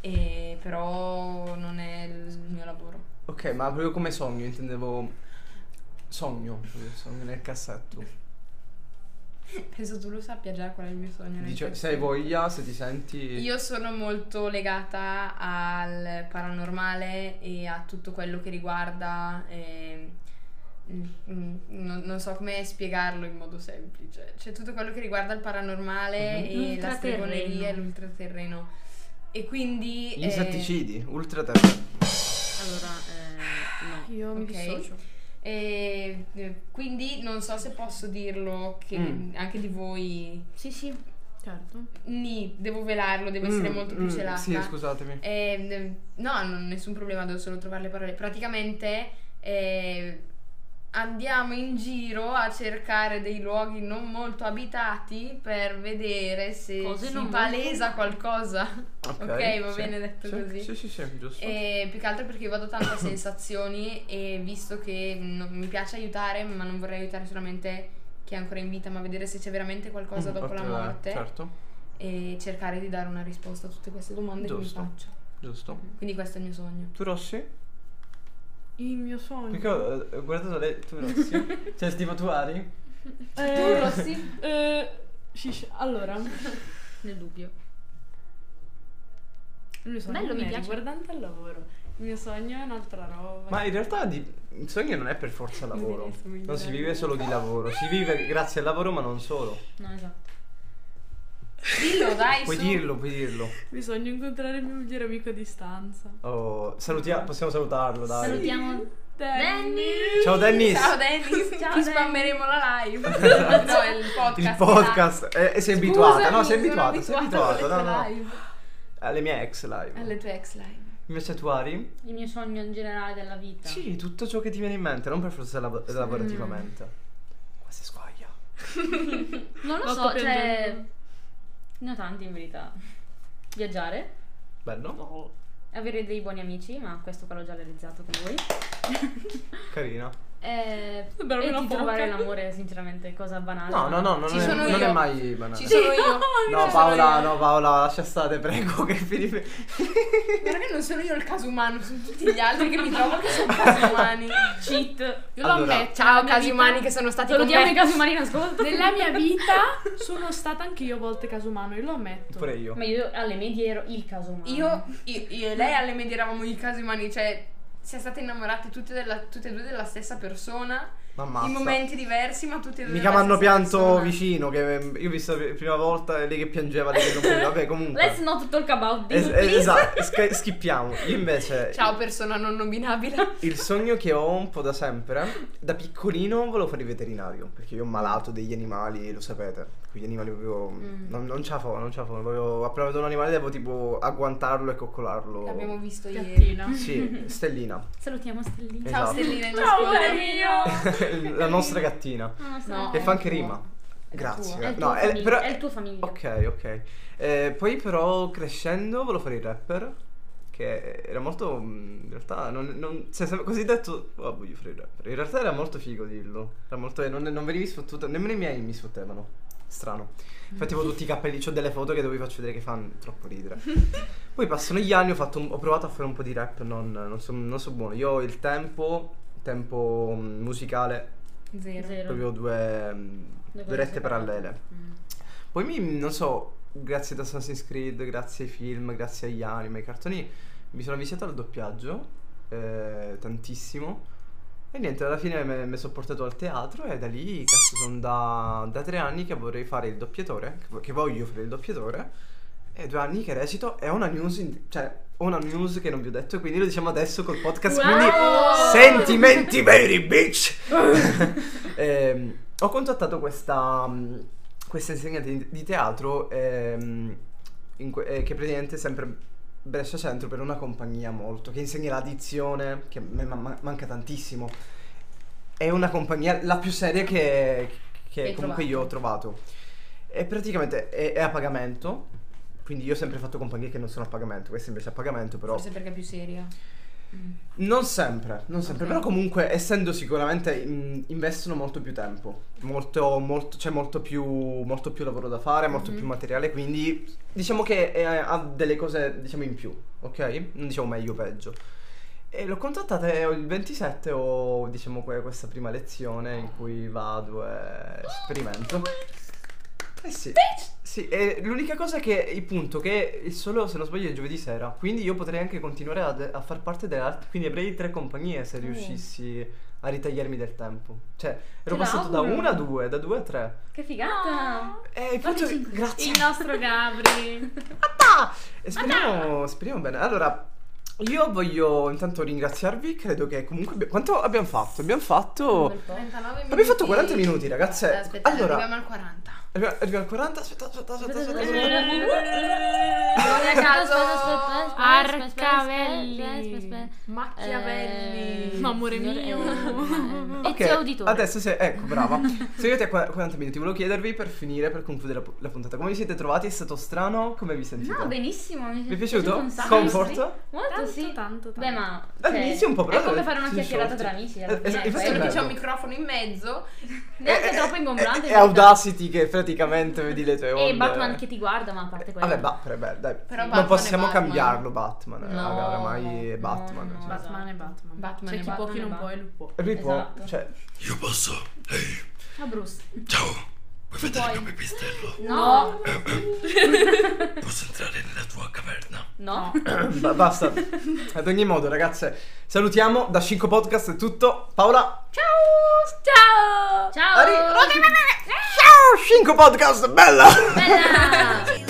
[SPEAKER 5] e però non è il mio lavoro.
[SPEAKER 3] Ok, ma proprio come sogno, intendevo sogno, proprio sogno nel cassetto.
[SPEAKER 5] Penso tu lo sappia già qual è il mio sogno. nel
[SPEAKER 3] Dice,
[SPEAKER 5] senso-
[SPEAKER 3] se hai voglia, se ti senti
[SPEAKER 5] Io sono molto legata al paranormale e a tutto quello che riguarda... ehm, mm, mm, non, non so come spiegarlo in modo semplice. C'è tutto quello che riguarda il paranormale
[SPEAKER 3] Mhm.
[SPEAKER 5] e la
[SPEAKER 4] L'ultraterreno.
[SPEAKER 5] stregoneria e l'ultraterreno. E quindi...
[SPEAKER 3] gli
[SPEAKER 5] eh,
[SPEAKER 3] insetticidi, ultraterra.
[SPEAKER 4] Allora, eh, no.
[SPEAKER 6] Io mi
[SPEAKER 5] Ok.
[SPEAKER 6] dissocio.
[SPEAKER 5] E eh, quindi non so se posso dirlo che
[SPEAKER 3] Mm.
[SPEAKER 5] anche di voi
[SPEAKER 6] Sì, sì, certo.
[SPEAKER 5] ni, devo velarlo, devo essere
[SPEAKER 3] Mm,
[SPEAKER 5] molto più
[SPEAKER 3] mm,
[SPEAKER 5] celata.
[SPEAKER 3] Sì, scusatemi.
[SPEAKER 5] Eh, eh, no, non- nessun problema, devo solo trovare le parole. Praticamente eh, andiamo in giro a cercare dei luoghi non molto abitati per vedere se
[SPEAKER 4] Cose
[SPEAKER 5] si
[SPEAKER 4] non
[SPEAKER 5] palesa qualcosa. ok, va
[SPEAKER 3] sì.
[SPEAKER 5] bene detto
[SPEAKER 3] Sì,
[SPEAKER 5] così. Eh,
[SPEAKER 3] Sì, sì, sì, giusto.
[SPEAKER 5] E più che altro perché io vado tanto a sensazioni e visto che non- mi piace aiutare, ma non vorrei aiutare solamente chi è ancora in vita, ma vedere se c'è veramente qualcosa
[SPEAKER 3] Mm,
[SPEAKER 5] dopo la
[SPEAKER 3] ok,
[SPEAKER 5] morte
[SPEAKER 3] Certo,
[SPEAKER 5] e cercare di dare una risposta a tutte queste domande
[SPEAKER 3] Giusto.
[SPEAKER 5] che mi faccio.
[SPEAKER 3] giusto.
[SPEAKER 5] Quindi questo è il mio sogno.
[SPEAKER 3] Tu Rossi?
[SPEAKER 5] Mm.
[SPEAKER 6] Il mio sogno.
[SPEAKER 3] Perché ho ho guardato lei, tu Rossi? cioè, tipo tu Ari?
[SPEAKER 6] Eh,
[SPEAKER 5] Tu Rossi?
[SPEAKER 6] eh, shish, allora, il
[SPEAKER 4] Nel dubbio.
[SPEAKER 6] mio sogno
[SPEAKER 4] Bello,
[SPEAKER 6] non
[SPEAKER 4] mi
[SPEAKER 6] è
[SPEAKER 4] piace.
[SPEAKER 6] riguardante al lavoro. Il mio sogno è un'altra roba.
[SPEAKER 3] Ma in realtà di- il sogno non è per forza lavoro. Non si vive solo di lavoro, si vive grazie al lavoro ma non solo.
[SPEAKER 4] No, esatto.
[SPEAKER 5] Dillo, dai,
[SPEAKER 3] Puoi
[SPEAKER 5] su.
[SPEAKER 3] dirlo, puoi dirlo.
[SPEAKER 6] Bisogna incontrare il mio migliore amico a distanza.
[SPEAKER 3] Oh, salutia- possiamo salutarlo, dai.
[SPEAKER 4] Salutiamo Danny!
[SPEAKER 3] Ciao Dennis!
[SPEAKER 5] Ciao Dennis,
[SPEAKER 4] Ciao,
[SPEAKER 5] ti
[SPEAKER 4] Dennis.
[SPEAKER 5] spammeremo la live. no, il podcast.
[SPEAKER 3] Il podcast, eh, eh, sei abituata, no? Sei
[SPEAKER 5] Scusami, sono
[SPEAKER 3] abituata, sei abituata, no,
[SPEAKER 5] alle
[SPEAKER 3] no.
[SPEAKER 5] tue live.
[SPEAKER 3] Alle mie ex live.
[SPEAKER 5] Alle tue ex live.
[SPEAKER 3] Invece tu Ari?
[SPEAKER 4] Il mio sogno in generale della vita.
[SPEAKER 3] Sì, tutto ciò che ti viene in mente, non per forza lavo- lavorativamente. Qua si squaglia.
[SPEAKER 4] Non lo
[SPEAKER 6] Lo
[SPEAKER 4] so,
[SPEAKER 6] sto
[SPEAKER 4] cioè...
[SPEAKER 6] piangendo.
[SPEAKER 4] Ne ho tanti in verità. Viaggiare,
[SPEAKER 3] Bello,
[SPEAKER 4] avere dei buoni amici, ma questo qua l'ho già realizzato con voi.
[SPEAKER 3] carina.
[SPEAKER 4] Eh,
[SPEAKER 6] Sembrava
[SPEAKER 4] e
[SPEAKER 6] una
[SPEAKER 4] di
[SPEAKER 6] foca.
[SPEAKER 4] trovare l'amore, sinceramente, cosa banale.
[SPEAKER 3] No, no, no, non,
[SPEAKER 5] Ah, Ci
[SPEAKER 3] è,
[SPEAKER 5] sono
[SPEAKER 3] non
[SPEAKER 5] io.
[SPEAKER 3] è mai banale.
[SPEAKER 5] Ci sono io.
[SPEAKER 3] No,
[SPEAKER 5] Ci sono
[SPEAKER 3] Paola,
[SPEAKER 5] io.
[SPEAKER 3] no, Paola, lascia stare, prego, che Filippo...
[SPEAKER 5] Guarda che non sono io il caso umano, sono tutti gli altri che mi trovo che sono casi umani.
[SPEAKER 4] Cheat.
[SPEAKER 5] Io
[SPEAKER 3] Allora,
[SPEAKER 5] lo ammetto. Ciao
[SPEAKER 4] mia
[SPEAKER 5] casi
[SPEAKER 4] vita-
[SPEAKER 5] umani che sono stati con
[SPEAKER 4] Salutiamo i
[SPEAKER 5] me.
[SPEAKER 4] casi umani in ascolto.
[SPEAKER 6] Nella mia vita sono stata anche io a volte casomano, io lo ammetto.
[SPEAKER 3] Pure io.
[SPEAKER 4] Ma io alle medie ero il caso umano.
[SPEAKER 5] Io, io- io e lei alle medie eravamo i casi umani, cioè siamo state innamorate tutte, della- tutte e due della stessa persona,
[SPEAKER 3] Mamma
[SPEAKER 5] in momenti diversi, ma tutte e due
[SPEAKER 3] Mica mi
[SPEAKER 5] della
[SPEAKER 3] hanno
[SPEAKER 5] stessa
[SPEAKER 3] pianto
[SPEAKER 5] persona.
[SPEAKER 3] vicino, che io ho visto la prima volta lei che piangeva, lei che non piangeva, vabbè comunque.
[SPEAKER 4] Let's not talk about this.
[SPEAKER 3] Es- es-
[SPEAKER 4] please.
[SPEAKER 3] esatto, sca- skippiamo. Io invece
[SPEAKER 5] Ciao persona non nominabile.
[SPEAKER 3] il sogno che ho un po' da sempre, da piccolino volevo fare il veterinario, perché io ho malato degli animali, lo sapete. Quegli animali proprio...
[SPEAKER 5] Mm.
[SPEAKER 3] Non, non ce la favo, non ce la favo. Proprio, appena vedo un animale devo tipo agguantarlo e coccolarlo.
[SPEAKER 5] L'abbiamo visto ieri.
[SPEAKER 6] Piattina.
[SPEAKER 3] Sì, Stellina.
[SPEAKER 4] Salutiamo Stellina.
[SPEAKER 5] Ciao
[SPEAKER 3] Esatto.
[SPEAKER 5] Stellina, in
[SPEAKER 6] Ciao,
[SPEAKER 5] ascolto.
[SPEAKER 6] amore mio!
[SPEAKER 3] La nostra gattina.
[SPEAKER 4] Ah, No,
[SPEAKER 5] No,
[SPEAKER 3] Che
[SPEAKER 5] è
[SPEAKER 3] fa
[SPEAKER 5] il
[SPEAKER 3] anche
[SPEAKER 5] tuo.
[SPEAKER 3] rima.
[SPEAKER 5] È il
[SPEAKER 3] Grazie.
[SPEAKER 5] tuo.
[SPEAKER 4] È il
[SPEAKER 3] No,
[SPEAKER 4] tuo
[SPEAKER 3] è-
[SPEAKER 4] famiglia-
[SPEAKER 3] però-
[SPEAKER 4] è il tuo famiglia.
[SPEAKER 3] Ok, ok. Eh, poi però crescendo volevo fare il rapper, che era molto... mm, In realtà non... non cioè, se- così detto, oh, voglio fare il rapper. In realtà era molto figo dirlo. Era molto... eh, Non, non venivi sfottuto, nemmeno i miei mi sfottevano. Strano. Infatti avevo tutti i capelli, ho delle foto che dove vi faccio vedere che fanno troppo ridere. Poi passano gli anni, ho, fatto un- ho provato a fare un po' di rap, non, non so, non so buono. Io ho il tempo, tempo mm, musicale,
[SPEAKER 5] Zero.
[SPEAKER 4] Zero.
[SPEAKER 3] proprio due, mm,
[SPEAKER 4] Due
[SPEAKER 3] due
[SPEAKER 4] cose
[SPEAKER 3] rette
[SPEAKER 4] separate.
[SPEAKER 3] parallele.
[SPEAKER 4] Mm.
[SPEAKER 3] Poi mi, non so, grazie ad Assassin's Creed, grazie ai film, grazie agli anime, ai cartoni, mi sono avvicinato al doppiaggio, eh, tantissimo. E niente, alla fine mi sono portato al teatro e da lì, cazzo, sono da, da tre anni che vorrei fare il doppiatore, che, vo- che voglio fare il doppiatore, e due anni che recito e ho una news, in- cioè, ho una news che non vi ho detto, quindi lo diciamo adesso col podcast,
[SPEAKER 4] Wow!
[SPEAKER 3] quindi sentimenti veri, bitch! Ehm, ho contattato questa, mm, questa insegnante di- di teatro ehm, in que- eh, che praticamente è sempre Brescia Centro per una compagnia molto che insegna la dizione che a me ma- ma- manca tantissimo è una compagnia la più seria che, che
[SPEAKER 5] Che hai
[SPEAKER 3] comunque io ho trovato e praticamente è, è a pagamento quindi io ho sempre fatto compagnie che non sono a pagamento questa invece è a pagamento però
[SPEAKER 5] Forse perché è più seria.
[SPEAKER 3] non sempre, non sempre,
[SPEAKER 5] Ok.
[SPEAKER 3] però comunque essendo sicuramente mm, investono molto più tempo, molto, molto, c'è molto più, molto più lavoro da fare, molto
[SPEAKER 5] Mhm.
[SPEAKER 3] più materiale, quindi diciamo che eh, ha delle cose diciamo in più, ok? Non diciamo meglio o peggio. E l'ho contattata e ho il 27 ho diciamo que- questa prima lezione in cui vado e sperimento. Eh sì. Sì, e l'unica cosa che il punto che il solo se non sbaglio è giovedì sera, quindi io potrei anche continuare ad- a, far parte della quindi avrei tre compagnie
[SPEAKER 4] Mm.
[SPEAKER 3] se riuscissi a ritagliarmi del tempo. Cioè, ero
[SPEAKER 4] Te
[SPEAKER 3] passato da
[SPEAKER 4] l'auguro.
[SPEAKER 3] una a due, da due a tre.
[SPEAKER 4] Che figata!
[SPEAKER 3] E il punto
[SPEAKER 4] sì.
[SPEAKER 3] grazie.
[SPEAKER 4] Il nostro Gabri.
[SPEAKER 3] E speriamo, speriamo bene. Allora, io voglio intanto ringraziarvi, credo che comunque abbi- quanto abbiamo fatto? Abbiamo fatto
[SPEAKER 5] 39 minuti. Cioè,
[SPEAKER 3] Abbiamo fatto 40 minuti, ragazze.
[SPEAKER 5] Aspetta,
[SPEAKER 3] Allora-
[SPEAKER 5] arriviamo al 40.
[SPEAKER 3] Arriva- Arriviamo al 40, aspetta, aspetta, aspetta, aspetta. aspetta.
[SPEAKER 4] Non è caso.
[SPEAKER 6] Arcavelli.
[SPEAKER 4] Eh,
[SPEAKER 5] Eh,
[SPEAKER 6] Machiavelli. Ma amore mio.
[SPEAKER 4] E
[SPEAKER 3] Ok,
[SPEAKER 4] zio auditore.
[SPEAKER 3] Adesso se, ecco, brava. Se avete qua- 40 minuti, volevo chiedervi per finire, per concludere la, pu- la puntata. Come vi siete trovati? È stato strano? Come vi sentite?
[SPEAKER 4] No, benissimo. Mi,
[SPEAKER 3] Vi è
[SPEAKER 4] un
[SPEAKER 3] piaciuto?
[SPEAKER 4] sacco.
[SPEAKER 3] Comfort?
[SPEAKER 4] Molto
[SPEAKER 6] Tanto,
[SPEAKER 4] sì.
[SPEAKER 6] tanto, tanto.
[SPEAKER 4] Beh, ma cioè,
[SPEAKER 3] All'inizio un po' però
[SPEAKER 4] È come fare una
[SPEAKER 3] sono
[SPEAKER 4] chiacchierata
[SPEAKER 3] sciolti.
[SPEAKER 4] tra amici.
[SPEAKER 3] Eh,
[SPEAKER 4] alla fine,
[SPEAKER 3] esatto,
[SPEAKER 4] è
[SPEAKER 3] è
[SPEAKER 5] Solo
[SPEAKER 4] quello.
[SPEAKER 5] che
[SPEAKER 3] bello.
[SPEAKER 5] c'è un microfono in mezzo.
[SPEAKER 3] Eh,
[SPEAKER 4] neanche troppo
[SPEAKER 3] È,
[SPEAKER 4] ingombrante.
[SPEAKER 3] è
[SPEAKER 4] in realtà.
[SPEAKER 3] Audacity che praticamente vedi le tue onde.
[SPEAKER 4] E Eh, Batman che ti guarda, ma a parte quello.
[SPEAKER 3] Vabbè, Batman, beh, dai.
[SPEAKER 5] Però
[SPEAKER 3] non
[SPEAKER 5] Batman
[SPEAKER 3] possiamo
[SPEAKER 5] è Batman.
[SPEAKER 3] cambiarlo Batman, eh,
[SPEAKER 5] No,
[SPEAKER 3] raga, oramai
[SPEAKER 4] eh,
[SPEAKER 3] è
[SPEAKER 5] no,
[SPEAKER 3] Batman.
[SPEAKER 5] no.
[SPEAKER 3] cioè.
[SPEAKER 6] Batman e Batman.
[SPEAKER 5] Batman
[SPEAKER 6] C'è
[SPEAKER 5] e
[SPEAKER 6] chi può,
[SPEAKER 5] Batman
[SPEAKER 6] chi
[SPEAKER 5] e
[SPEAKER 6] non può e
[SPEAKER 5] Batman.
[SPEAKER 6] lui può.
[SPEAKER 3] E lui può,
[SPEAKER 4] Esatto.
[SPEAKER 3] cioè,
[SPEAKER 8] Io posso? Ehi,
[SPEAKER 4] Ah, Bruce.
[SPEAKER 8] ciao! Vuoi vedere il mio pipistrello?
[SPEAKER 4] No.
[SPEAKER 8] Posso entrare nella tua caverna?
[SPEAKER 5] No.
[SPEAKER 3] ba- basta. Ad ogni modo, ragazze, salutiamo da 5 Podcast è tutto. Paola,
[SPEAKER 4] Ciao.
[SPEAKER 3] Ari, ciao 5 Podcast, bella!
[SPEAKER 4] Bella.